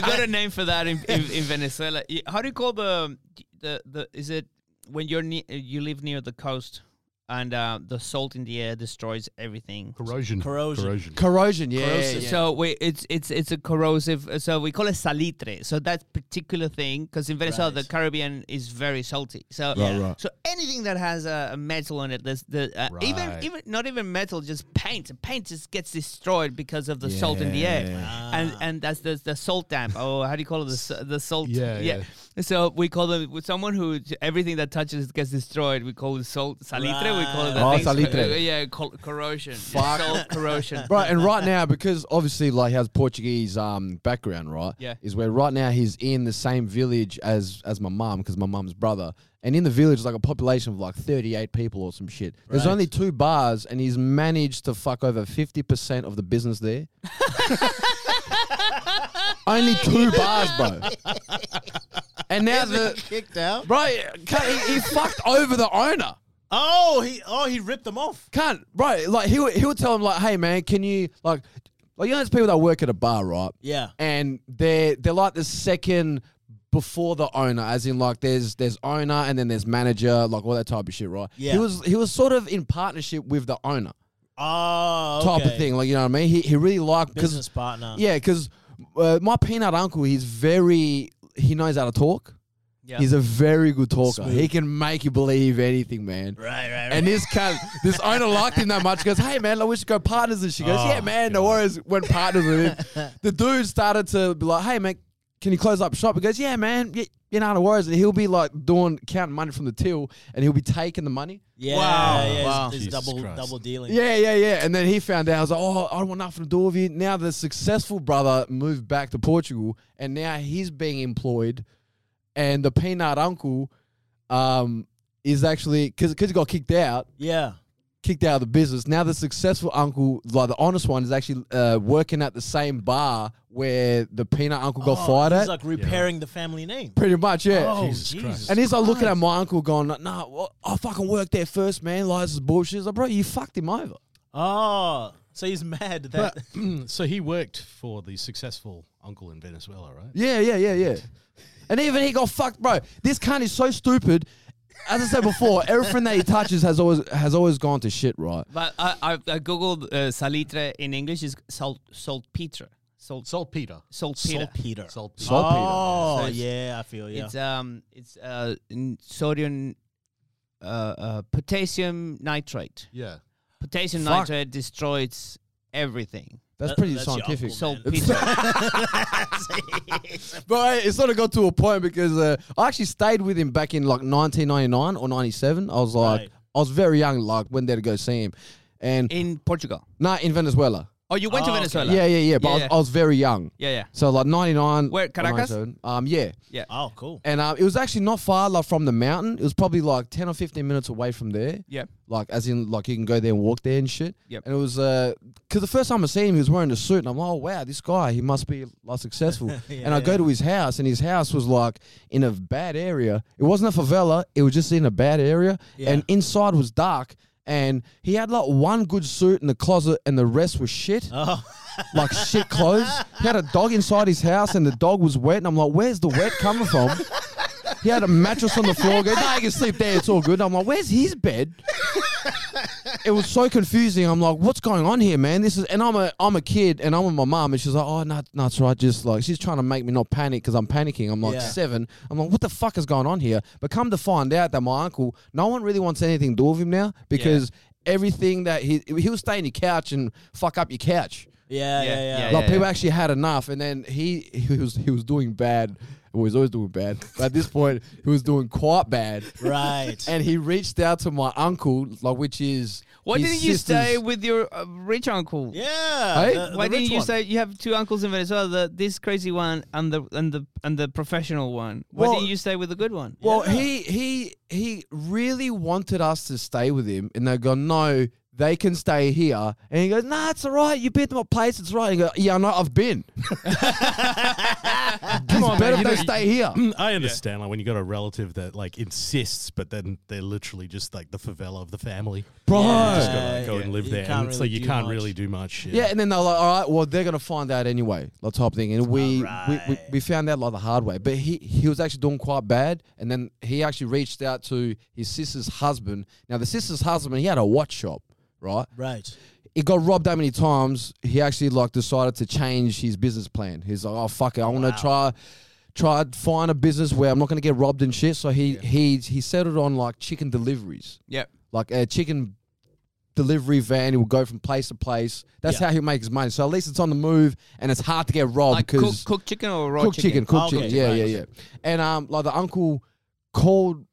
got a name for that in, in, in Venezuela. Y- How do you call the the the? Is it when you're ne- you live near the coast and uh, the salt in the air destroys everything? Corrosion. Corrosion. Corrosion, yeah. Corrosive. yeah. So we, it's it's it's a corrosive. uh, So we call it salitre. So that particular thing, because in Venezuela Right. the Caribbean is very salty. So right. so anything that has a, a metal on it, there's the uh, even Right. even not even metal, just paint. Paint just gets destroyed because of the salt in the air, and and that's the the salt damp. Oh, how do you call it? The s- the salt. Yeah, yeah. So we call them with someone who everything that touches gets destroyed. We call it salt salitre. We call it the Right. things- Oh, salitre. uh, [laughs] yeah, col- corrosion. Fuck. Salt corrosion. Right, and right now, because obviously, like, he has Portuguese um, background, right? Yeah. Is where right now he's in the same village as as my mum, because my mum's brother. And in the village, is like a population of like 38 people or some shit. There's only two bars, and he's managed to fuck over 50% of the business [laughs] there. only two bars, [laughs] bro. And now [laughs] the. Kicked out. Bro, he, he fucked over the owner. Oh, he oh he ripped them off. Can't right? Like he would, he would tell him like, "Hey man, can you like, like you know, there's people that work at a bar, right? Yeah. and they're they're like the second before the owner, as in like there's there's owner and then there's manager, like all that type of shit, right? Yeah. he was he was sort of in partnership with the owner Oh, type okay. of thing, like you know what I mean? He he really liked Business because partner. yeah, because uh, my peanut uncle, he's very he knows how to talk. Yeah. He's a very good talker. Smooth. He can make you believe anything, man. Right, right, right. And this cat, this owner liked him that much. She Goes, hey man, like, we should go partners. And she goes, yeah man, no worries. Went partners with him. The dude started to be like, hey man, can you close up shop? He goes, yeah man, yeah, you know, no worries. And he'll be like doing counting money from the till, and he'll be taking the money. yeah, Wow. yeah, Wow. It's, it's Jesus double Christ. double dealing. Yeah, yeah, yeah. And then he found out. I was like, oh, I don't want nothing to do with you. Now the successful brother moved back to Portugal, and now he's being employed, and the peanut uncle, um, is actually because because he got kicked out. yeah. kicked out of the business. Now the successful uncle, like the honest one, is actually uh, working at the same bar where the peanut uncle got fired Oh, he's at. like repairing the family name. Pretty much, yeah. Oh, Jesus Christ. And he's like looking at my uncle, going, like, "Nah, well, I fucking worked there first, man. Like this is bullshit." He's like, bro, you fucked him over. Oh, so he's mad that. [laughs] But, [clears throat] so he worked for the successful uncle in Venezuela, right? Yeah, yeah, yeah, yeah. And even he got fucked, bro. This cunt is so stupid. As I said before, everything that he touches has always has always gone to shit, right? But I, I, I googled uh, salitre in English is salt saltpeter. Salt Saltpeter. saltpeter. Saltpeter. Saltpeter. Oh, So it's- yeah, I feel yeah. It's um it's uh n- sodium uh, uh potassium nitrate. yeah. Potassium Fuck. nitrate destroys everything. That's That- pretty that's your scientific. uncle, man. Saltpeter. But hey, it sort of got to a point because uh, I actually stayed with him back in like 1999 or 97. I was like, Right. I was very young, like when there to go see him, and in Portugal. nah, in Venezuela. Oh, you went Oh, to okay. Venezuela. Yeah, yeah, yeah. But I, was, Yeah, I was very young, yeah, yeah. so like 99. Where, or Caracas? 97. Um, yeah. oh, cool. And um, it was actually not far like from the mountain. It was probably like 10 or 15 minutes away from there. Yeah. Like, as in, like, you can go there and walk there and shit. Yep. And it was, because the first time I seen him, he was wearing a suit. And I'm like, oh, wow, this guy, he must be, like, successful. [laughs] and I go to his house, and his house was, like, in a bad area. It wasn't a favela. It was just in a bad area. Yeah. And inside was dark. And he had, like, one good suit in the closet, and the rest was shit Oh, [laughs] like shit clothes. He had a dog inside his house, and the dog was wet. And I'm like, "Where's the wet coming from?" He had a mattress on the floor. Go, no, you can sleep there. It's all good. I'm like, "Where's his bed?" It was so confusing. I'm like, "What's going on here, man?" This is, and I'm a, I'm a kid, and I'm with my mom, and she's like, "Oh, no, no, it's all right." Just like she's trying to make me not panic because I'm panicking. I'm like Yeah. seven. I'm like, "What the fuck is going on here?" But come to find out that my uncle, no one really wants anything to do with him now because everything that he he'll stay in your couch and fuck up your couch. yeah, yeah, yeah. yeah, yeah. Like people actually had enough, and then he he was he was doing bad. Well, he was always doing bad. But at this point, he was doing quite bad. Right. [laughs] And he reached out to my uncle, like which is Why his didn't you sister's- stay with your uh, rich uncle? yeah. Hey? the- the Why rich didn't you one. say you have two uncles in Venezuela? The, this crazy one and the and the and the professional one. Why Well- didn't you stay with the good one? Well, Yeah. he he he really wanted us to stay with him, and they go, no, they can stay here. And he goes, nah, it's all right. You've been to my place. It's all right. And he goes, yeah, I know. I've been. Come on, better man, you Mm. if they know- stay here. [clears throat] I understand, like when you got a relative that like insists, but then they're literally just like the favela of the family. Bro. You just gotta like, go Yeah. and live You there, can't and it's like really you do can't much. really do much. Yeah, and then they're like, all right, well, they're gonna find out anyway, like type thing. And we, we, we we found out like the hard way. But he he was actually doing quite bad, and then he actually reached out to his sister's husband. Now the sister's husband, he had a watch shop, right? Right. It got robbed that many times. He actually like decided to change his business plan. He's like, oh fuck it, I want to try. Try to find a business where I'm not gonna get robbed and shit. So he he he settled on like chicken deliveries yeah. like a chicken delivery van. He will go from place to place. That's how he makes money. So at least it's on the move and it's hard to get robbed Like cook, because cooked chicken or raw cooked chicken, cooked Oh, chicken. okay. Yeah, Right. yeah, yeah. And um, like the uncle called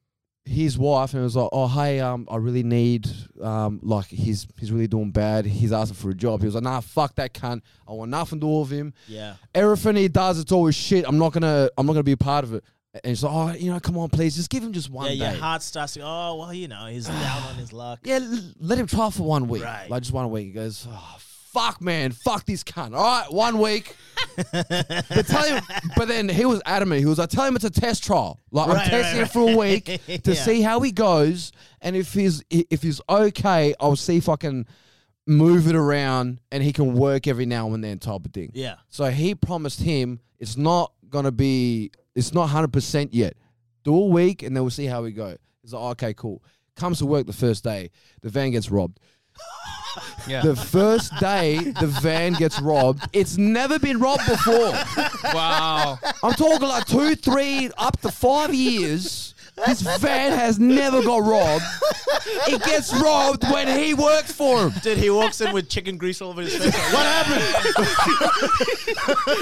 his wife and was like, "Oh, hey, um, I really need um, like he's he's really doing bad. He's asking for a job." He was like, "Nah, fuck that cunt. I want nothing to do with him." Yeah. everything he does, it's always shit. I'm not gonna, I'm not gonna be a part of it. And he's like, "Oh, you know, come on, please, just give him just one Yeah, your day." heart starts to. Oh well, you know, he's down on his luck. yeah, l- let him try for one week. Right. Like just one week. He goes, oh, fuck, man, fuck this cunt. All right, one [laughs] week. but tell him, but then he was adamant. He was like, tell him it's a test trial. Like Right, I'm testing right, it for [laughs] a week right. to Yeah. see how he goes, and if he's if he's okay, I'll see if I can move it around and he can work every now and then type of thing. Yeah. So he promised him it's not gonna be it's not hundred percent yet. Do a week and then we'll see how we go. He's like, okay, cool. Comes to work the first day, the van gets robbed. Yeah. The first day the van gets robbed. It's never been robbed before. wow. I'm talking like two, three, up to five years. This van has never got robbed. It gets robbed when he works for him. [laughs] Dude, he walks in with chicken grease all over his face. Like, what happened? [laughs]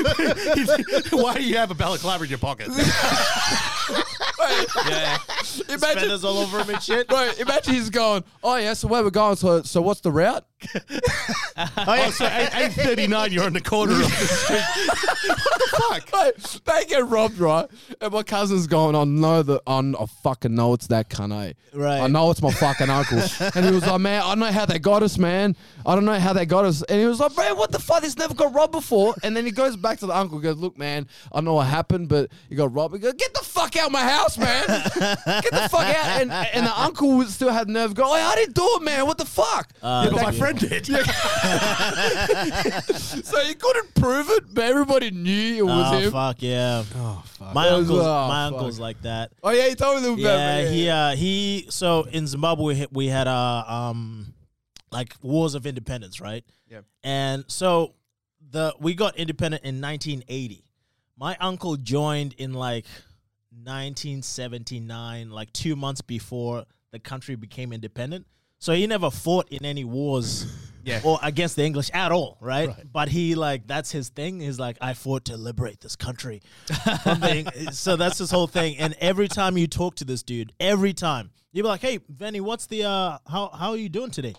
Why do you have a balaclava in your [laughs] pocket? Yeah. Imagine [laughs] Feathers all over him and shit. Bro, imagine he's going, oh yeah, so where we're going, so, so what's the route? oh, so eight eight thirty nine. You're on the [laughs] corner of the street. Mate, they get robbed, right? And my cousin's going, I know that I, kn- I fucking know it's that cunt, eh? Right. I know it's my fucking uncle. and he was like, man, I don't know how they got us, man. I don't know how they got us. And he was like, man, what the fuck? This never got robbed before. And then he goes back to the uncle, goes, look, man, I know what happened, but he got robbed. He goes, get the fuck out of my house, man. get the fuck out. And, and the uncle was- still had nerve to go, "Hey, I didn't do it, man. What the fuck? yeah, but my friend [laughs] did. so he couldn't prove it, but everybody knew it was oh him. fuck yeah! Oh fuck! My was- uncle's oh, my fuck. uncle's like that. Oh, yeah, he told me that. Yeah, he uh, he. So in Zimbabwe, we had- we had uh, um, like wars of independence, right? Yeah. And so the we got independent in 1980. My uncle joined in like 1979, like two months before the country became independent. So he never fought in any wars. Yeah. Or against the English at all, right? But he like that's his thing. He's like, I fought to liberate this country. from the Eng- [laughs] so that's his whole thing. And every time you talk to this dude, every time you be like, Hey, Venny, what's the uh how how are you doing today?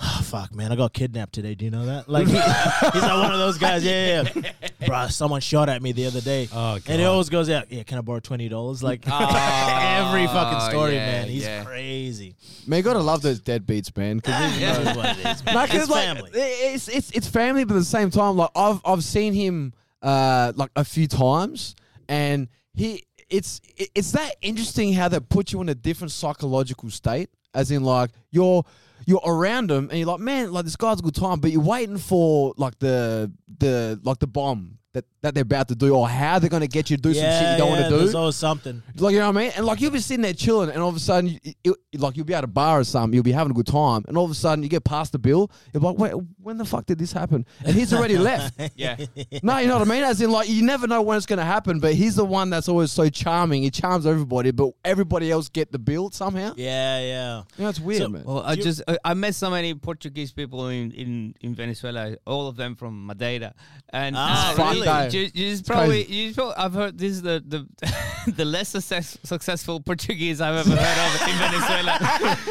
[sighs] "Oh, fuck, man, I got kidnapped today. Do you know that? Like, he- [laughs] he's like one of those guys. Yeah, yeah, yeah. Bruh, someone shot at me the other day. Oh, and he God. always goes out, yeah, can I borrow $20? Like, [laughs] every fucking story, yeah, man. He's yeah. crazy. Man, you gotta love those dead beats, man. 'cause it- He knows what it is, man. like, 'cause, It's like, Ah, family. i- It's, it's it's family, but at the same time, like I've I've seen him uh like a few times, and he it's i- it's that interesting how that puts you in a different psychological state, as in like you're. You're around him, and you're like, man, like this guy's a good time, but you're waiting for like the the like the bomb that, that they're about to do, or how they're gonna get you to do some shit you don't yeah, want to do. There's always something. Like you know what I mean? And like you'll be sitting there chilling, and all of a sudden, you, you- you- like you'll be at a bar or something, you'll be having a good time, and all of a sudden you get past the bill, you're like, wait, when the fuck did this happen? And he's already left. yeah. No, you know what I mean? As in, like you never know when it's gonna happen, but he's the one that's always so charming. He charms everybody, but everybody else get the bill somehow. Yeah, yeah. You know, it's weird, So- man. Well, I Do you- just I, I met so many Portuguese people in, in, in Venezuela, all of them from Madeira, and Ah, uh, really? you- you, you just probably crazy. you just probably, I've heard this is the the, [laughs] the less success, successful Portuguese I've ever heard of in [laughs] Venezuela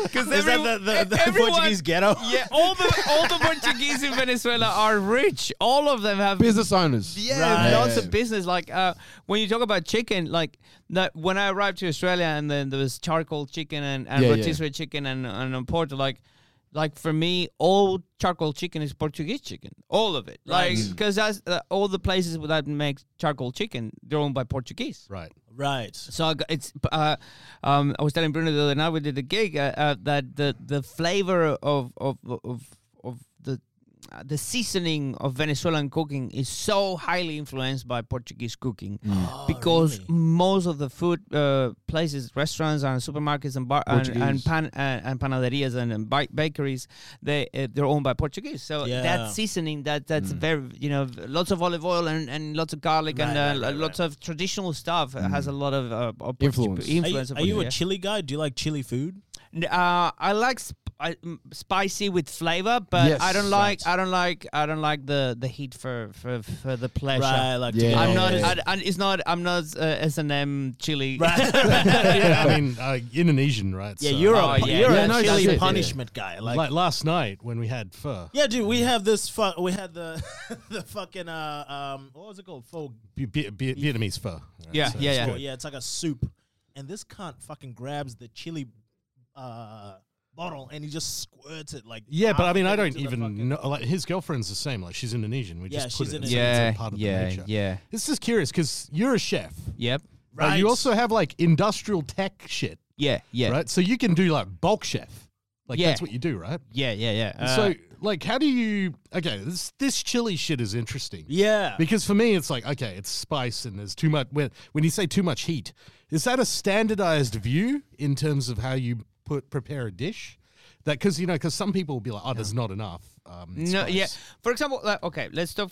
because Is that the, the, the Portuguese ghetto? Yeah, all the all the Portuguese in Venezuela are rich. All of them have Business owners. yeah, Right. lots of business. Like uh, when you talk about chicken, like that when I arrived to Australia and then there was charcoal chicken and, and Yeah, yeah. rotisserie chicken and and a porter, like. Like for me, all charcoal chicken is Portuguese chicken, all of it. Like because that's uh, all the places that make charcoal chicken, they're owned by Portuguese. Right. Right. So I got, it's uh, um, I was telling Bruno the other night we did a gig uh, uh, that the the flavor of of of, of the uh, the seasoning of Venezuelan cooking is so highly influenced by Portuguese cooking because most of the food uh, places, restaurants, and supermarkets and bar and, and Portuguese. pan uh, and, and panaderias and, and bi- bakeries, they uh, they're owned by Portuguese. So Yeah. that seasoning, that Mm. that's very you know lots of olive oil and, and lots of garlic and uh, Right, right, right, lots of traditional stuff Mm. uh, has a lot of uh, of Influence. Portu- Are you, influence of are you a Portuguese. chili guy? Do you like chili food? N- uh, I like sp- I, mm, spicy with flavor, but Yes, I don't right. like I don't like I don't like the the heat for for, for the pleasure. Right, like to Yeah. get I'm all not. this. I, I, it's not. I'm not uh, S and M chili. [laughs] [laughs] yeah, I mean uh, Indonesian, right? yeah, so- uh, you're Oh, a yeah. you're Yeah, a no, that's chili it, yeah. punishment guy. Like, like last night when we had pho. yeah, dude, we have this. Fu- we had the [laughs] the fucking uh um what was it called? Pho. Be- be- be- Vietnamese pho. right? Yeah, So yeah, it's yeah. Oh, good. yeah, it's like a soup, and this cunt fucking grabs the chili uh bottle and he just squirts it like Yeah, but I half mean, I into don't the even fucking- know. Like his girlfriend's the same. Like she's Indonesian. We Yeah, just she's put it as Indonesian. a- yeah, as a part of the yeah, nature. yeah. This is curious because you're a chef. Yep. Right. Right. you also have like industrial tech shit, Yeah, yeah, right? So you can do like bulk chef. Like Yeah. that's what you do, right? yeah, yeah, yeah. Uh, so like, how do you? Okay, this this chili shit is interesting. yeah. Because for me, it's like okay, it's spice and there's too much. When when you say too much heat, is that a standardized view in terms of how you put prepare a dish? That because you know because some people will be like, oh, there's not enough. Um, No, yeah. spice." For example, like, okay, let's talk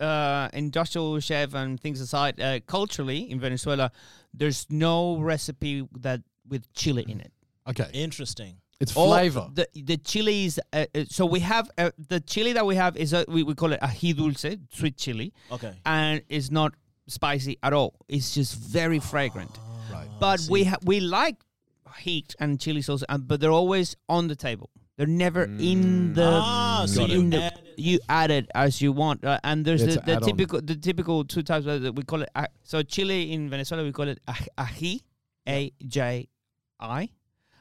uh, industrial chef and things aside. Uh, culturally, in Venezuela, there's no recipe that with chili in it. Okay. Interesting. It's All flavor. The the chili is uh, uh, so we have uh, the chili that we have is uh we, we call it ají dulce, sweet chili, Okay. and it's not spicy at all. It's just very fragrant. Right. But we ha- we like heat and chili sauce, and, but they're uh, always on the table. They're never in the. Ah, so in you the- add it. you add it as you want, uh, and there's It's the, an the add-on. typical the typical two types of- that we call it. ah, so Chile in Venezuela we call it aj- ají, a j i,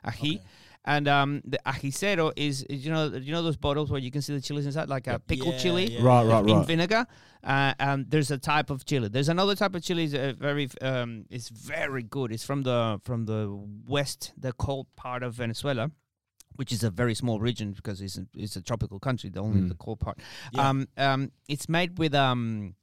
ají, and um, the ajicero is is, you know you know those bottles where you can see the chilies inside like a pickled Yeah, chili yeah. Right, right, in right. vinegar. Uh, um, there's a type of chili. There's another type of chili. is uh, very f- um, it's very good. It's from the from the west, the cold part of Venezuela, which is a very small region because it's a, it's a tropical country. The only the cold part. Yeah. Um, um, it's made with um,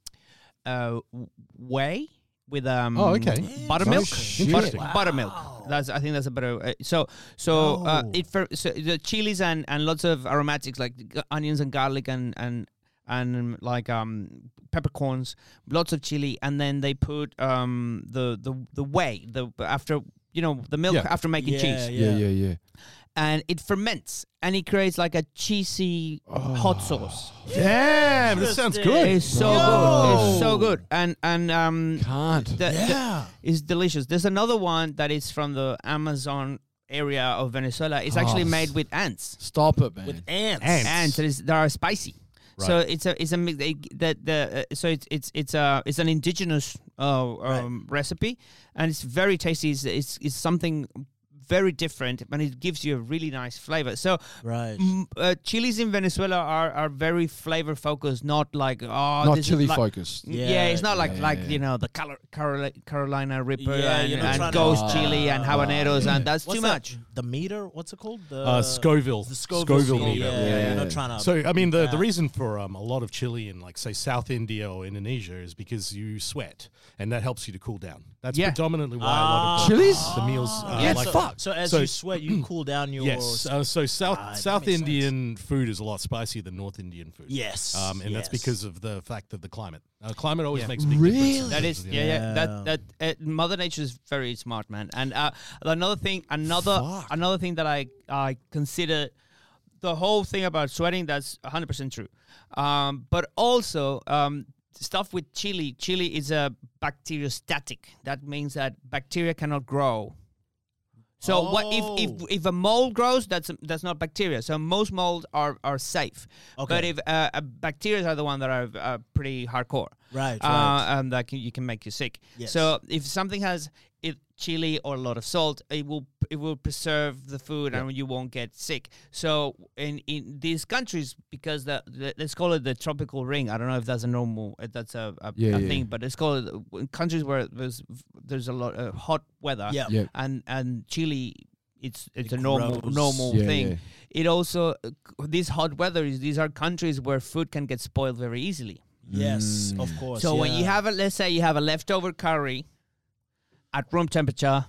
uh, w- whey with um. Oh, okay. Buttermilk, shit. Butter- Interesting. buttermilk. That's I think that's a better. Uh, so so uh, it fer- so the chilies and, and lots of aromatics like g- onions and garlic and and and like um peppercorns, lots of chili, and then they put um the the the whey the after you know the milk Yeah. after making cheese Yeah, yeah, yeah. and it ferments and it creates like a cheesy Oh, hot sauce. Damn, this sounds good. It's so good. It's so good. And and um Oh, Can't. the- the- Yeah. is delicious. There's another one that is from the Amazon area of Venezuela. It's actually Oh. made with ants. Stop it, man. With ants. Ants. Ants that is that are spicy. So it's a it's a mix they- that the uh, so it's it's it's a it's an indigenous uh, um, recipe, and it's very tasty. It's, it's it's something very different, and it gives you a really nice flavor. So Right. mm, uh, chilies in Venezuela are are very flavor focused, not like oh Not this is chili like- focused. yeah, Yeah, it's not like yeah, like yeah. you know the Carol- Carol- Carolina Reaper Yeah, and, you're not and trying to- ghost Ah. chili and habaneros and that's What's too that- much. The meter? What's it called? The Uh, Scoville. The Scoville, Scoville meter. meter. Yeah, Yeah, you're yeah. not trying to. So um, I mean, the, the reason for um, a lot of chili in like say South India or Indonesia is because you sweat, and that helps you to cool down. That's Yeah. predominantly why a lot Ah. of Chilies? the meals. Uh, Yes. like so, that. So as So- you sweat, you cool down your. Yes. Uh, so South Ah, that South makes sense. Indian food is a lot spicier than North Indian food. Yes, Um, and that's yes. because of the fact of the climate. Uh, climate always makes a big Really? difference. That is, yeah, yeah. That that uh, Mother Nature is very smart, man. And uh, another thing, another another thing that I I consider the whole thing about sweating. That's 100 percent true. Um, but also um, stuff with chili. Chili is a bacteriostatic. That means that bacteria cannot grow. So what if, Oh. if if a mold grows? That's that's not bacteria. So most molds are are safe. But Okay. if uh, uh, bacteria are the one that are uh, pretty hardcore, Right, right. Uh, um, that can, you can make you sick. Yes. So if something has if chili or a lot of salt, it will it will preserve the food and you won't get sick. So in in these countries, because the, the let's call it the tropical ring. I don't know if that's a normal if that's a, a, Yeah, a yeah. thing, but it's called in countries where there's there's a lot of hot weather. Yeah. Yeah. And and chili. It's, it's a normal grows. normal Yeah, thing. yeah. It also uh, c- this hot weather is these are countries where food can get spoiled very easily. yes, of course. Mm. So when you yeah. have a let's say you have a leftover curry at room temperature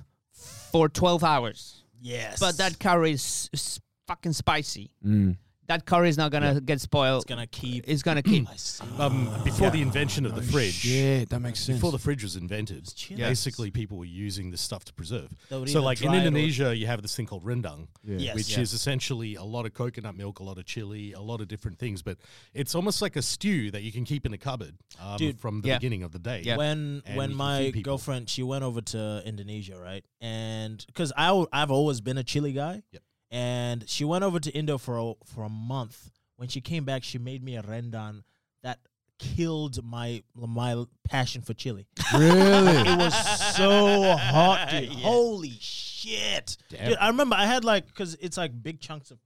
for 12 hours, yes, but that curry is s- fucking spicy. Mm. That curry is not gonna get spoiled. it's gonna keep. It's gonna keep. [clears throat] I see. Um, Ah. before the invention Oh, of the fridge. Yeah, that makes sense. Before the fridge was invented, chillin'. Yeah. basically people were using this stuff to preserve. They would So, either like in dry it or- Indonesia, you have this thing called rendang, Yes, which yeah. is essentially a lot of coconut milk, a lot of chili, a lot of different things. But it's almost like a stew that you can keep in a cupboard um, Dude, from the yeah. beginning of the day. Yeah. when And when you can my feed people. girlfriend she went over to Indonesia, right? And because I al- I've always been a chili guy, Yep. and she went over to Indo for a, for a month. When she came back, she made me a rendang that killed my my passion for chili. really? [laughs] it was [laughs] so hot, dude. Holy shit! Dude, I remember I had like because it's like big chunks of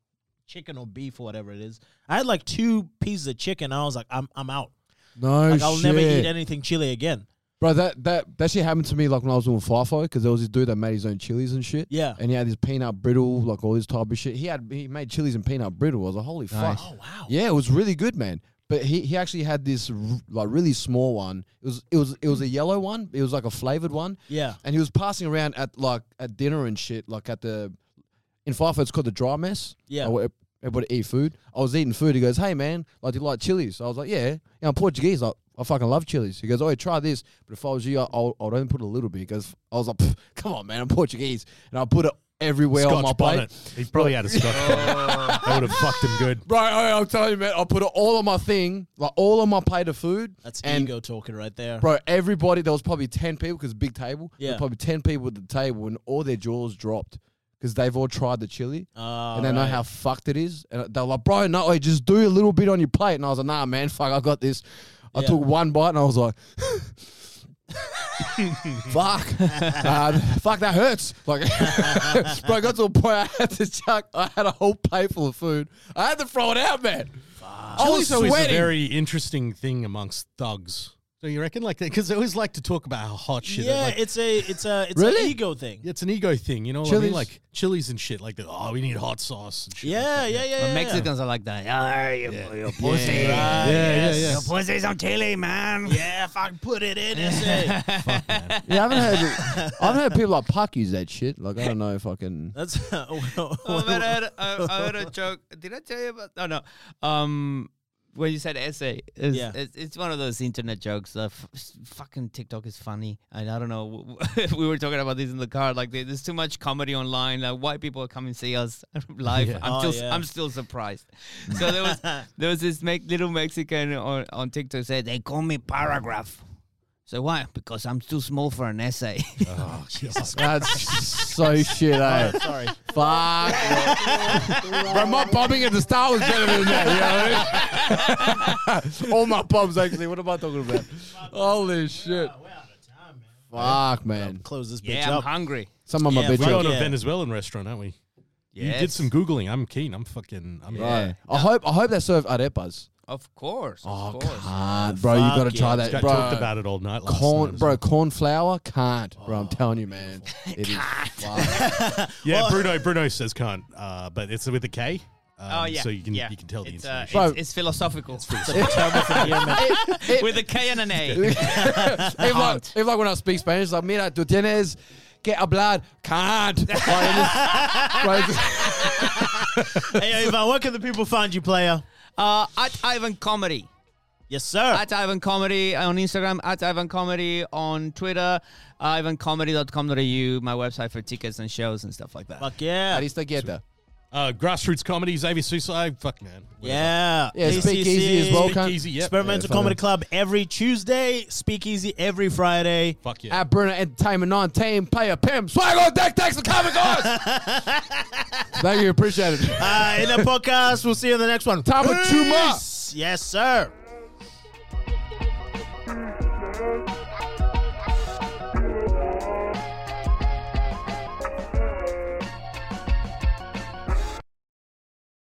chicken or beef or whatever it is. I had like two pieces of chicken. And I was like, I'm I'm out. Oh, No Like I'll shit. never eat anything chili again. Bro, that, that, that shit happened to me like when I was doing FIFO because there was this dude that made his own chilies and shit. Yeah. And he had this peanut brittle, like all this type of shit. He had he made chilies and peanut brittle. I was like, holy fuck. Oh wow. Yeah, it was really good, man. But he, he actually had this r- like really small one. It was it was it was a yellow one. It was like a flavored one. Yeah. And he was passing around at like at dinner and shit, like at the in FIFO it's called the dry mess. Yeah. Like, where everybody eat food. I was eating food. He goes, "Hey man, like do you like chilies?" I was like, "Yeah." You know, I'm Portuguese. Like, I fucking love chilies. He goes, "Oh, try this." But if I was you, I- I'll I'll only put a little bit because I was like, [laughs] "Pff, "Come on, man, I'm Portuguese," and I put it everywhere on my Scotch plate. bonnet. He probably had a scotch Oh. bonnet. That would have fucked him good. Bro, I, I'm telling you, man, I put it all on my thing, like all on my plate of food. That's and, ego talking right there. Bro, everybody, there was probably 10 people because big table. There was Yeah. probably 10 people at the table and all their jaws dropped because they've all tried the chili Uh, and they know how fucked it is. And they're like, bro, no, wait, just do a little bit on your plate. And I was like, nah, man, fuck, I got this. I Yeah. took one bite and [laughs] I was like, fuck, Um, fuck, that hurts. Like, [laughs] bro, I got to a point I had to chuck. I had a whole plate full of food. I had to throw it out, man. I was Chorizo is a sweating. very interesting thing amongst thugs. Do you reckon? Like, because they always like to talk about how hot shit. Yeah, like, it's a it's a it's an Really? ego thing. it's an ego thing, you know. What I mean, Chilies. like chilies and shit. Like, oh, we need hot sauce. And shit like Yeah, that, yeah, yeah. yeah, But yeah. Mexicans are like that. Yeah, you, you pussy. Right, yeah, yes. yeah. You pussy's on chili, man. Yeah, fucking put it in. That's it. Yeah, I haven't heard. I've heard people like Puck use that shit. Like, I don't know if I can. That's [laughs] Oh, but I, had- I, I heard a joke. Did I tell you about? Oh no. Um, when you said essay, it's, Yeah. it's, it's one of those internet jokes. The f- s- fucking TikTok is funny, and I don't know. [laughs] we were talking about this in the car. Like, there- there's too much comedy online. Like, white people come and see us [laughs] live. I'm Oh, still, yeah. I'm still surprised. So there was, there was this me- little Mexican on, on TikTok said they call me paragraph. So why? Because I'm too small for an essay. [laughs] [laughs] That's so shit, eh? sorry. Fuck. Bro, my bombing at the start was better than that, you know what I mean? All my bombs, actually. What am I talking about? Holy shit. Fuck, man. Close this bitch yeah, I'm up. hungry. Some of my Yeah, bitches. We're going to Yeah. a Venezuelan restaurant, aren't we? You did Yes. some googling. I'm keen. I'm fucking. I'm Right. I hope I hope they serve arepas. Of course. Oh, of course. can't, bro. You got to Fuck try yeah. that, Got bro. talked about it all night last corn, night as bro. well. Corn flour can't, bro. I'm telling you, [laughs] man. It is fucked. Yeah, [laughs] Bruno. Bruno says can't, uh, but it's with a K. Um, Oh yeah, So you can yeah. you can tell the it's, uh, information. it's, Bro. it's philosophical. [laughs] It- with a K and an A. if, like, if like when I speak Spanish, like mira, tú tienes que hablar can't. Like, it just- bro, hey, Ivan, where can the people find you, player? uh, at Ivan Comedy. Yes, sir. At Ivan Comedy on Instagram. At Ivan Comedy on Twitter. Ivancomedy.com.au. My website for tickets and shows and stuff like that. Fuck yeah. it's Arista Uh, grassroots comedy, Xavier Suicide. Fuck man. Yeah. Yeah, speak easy as well, Speak can't. easy. Yep. Experimental Yeah, Comedy fuck Club every Tuesday. Speakeasy every Friday. Fuck yeah. At Bruno Entertainment 19, pay a pimp. Swag on deck, thanks for coming, [laughs] guys. Thank you, appreciate it. Uh, in the podcast, we'll see you in the next one. Time for two more. Peace. Yes, sir.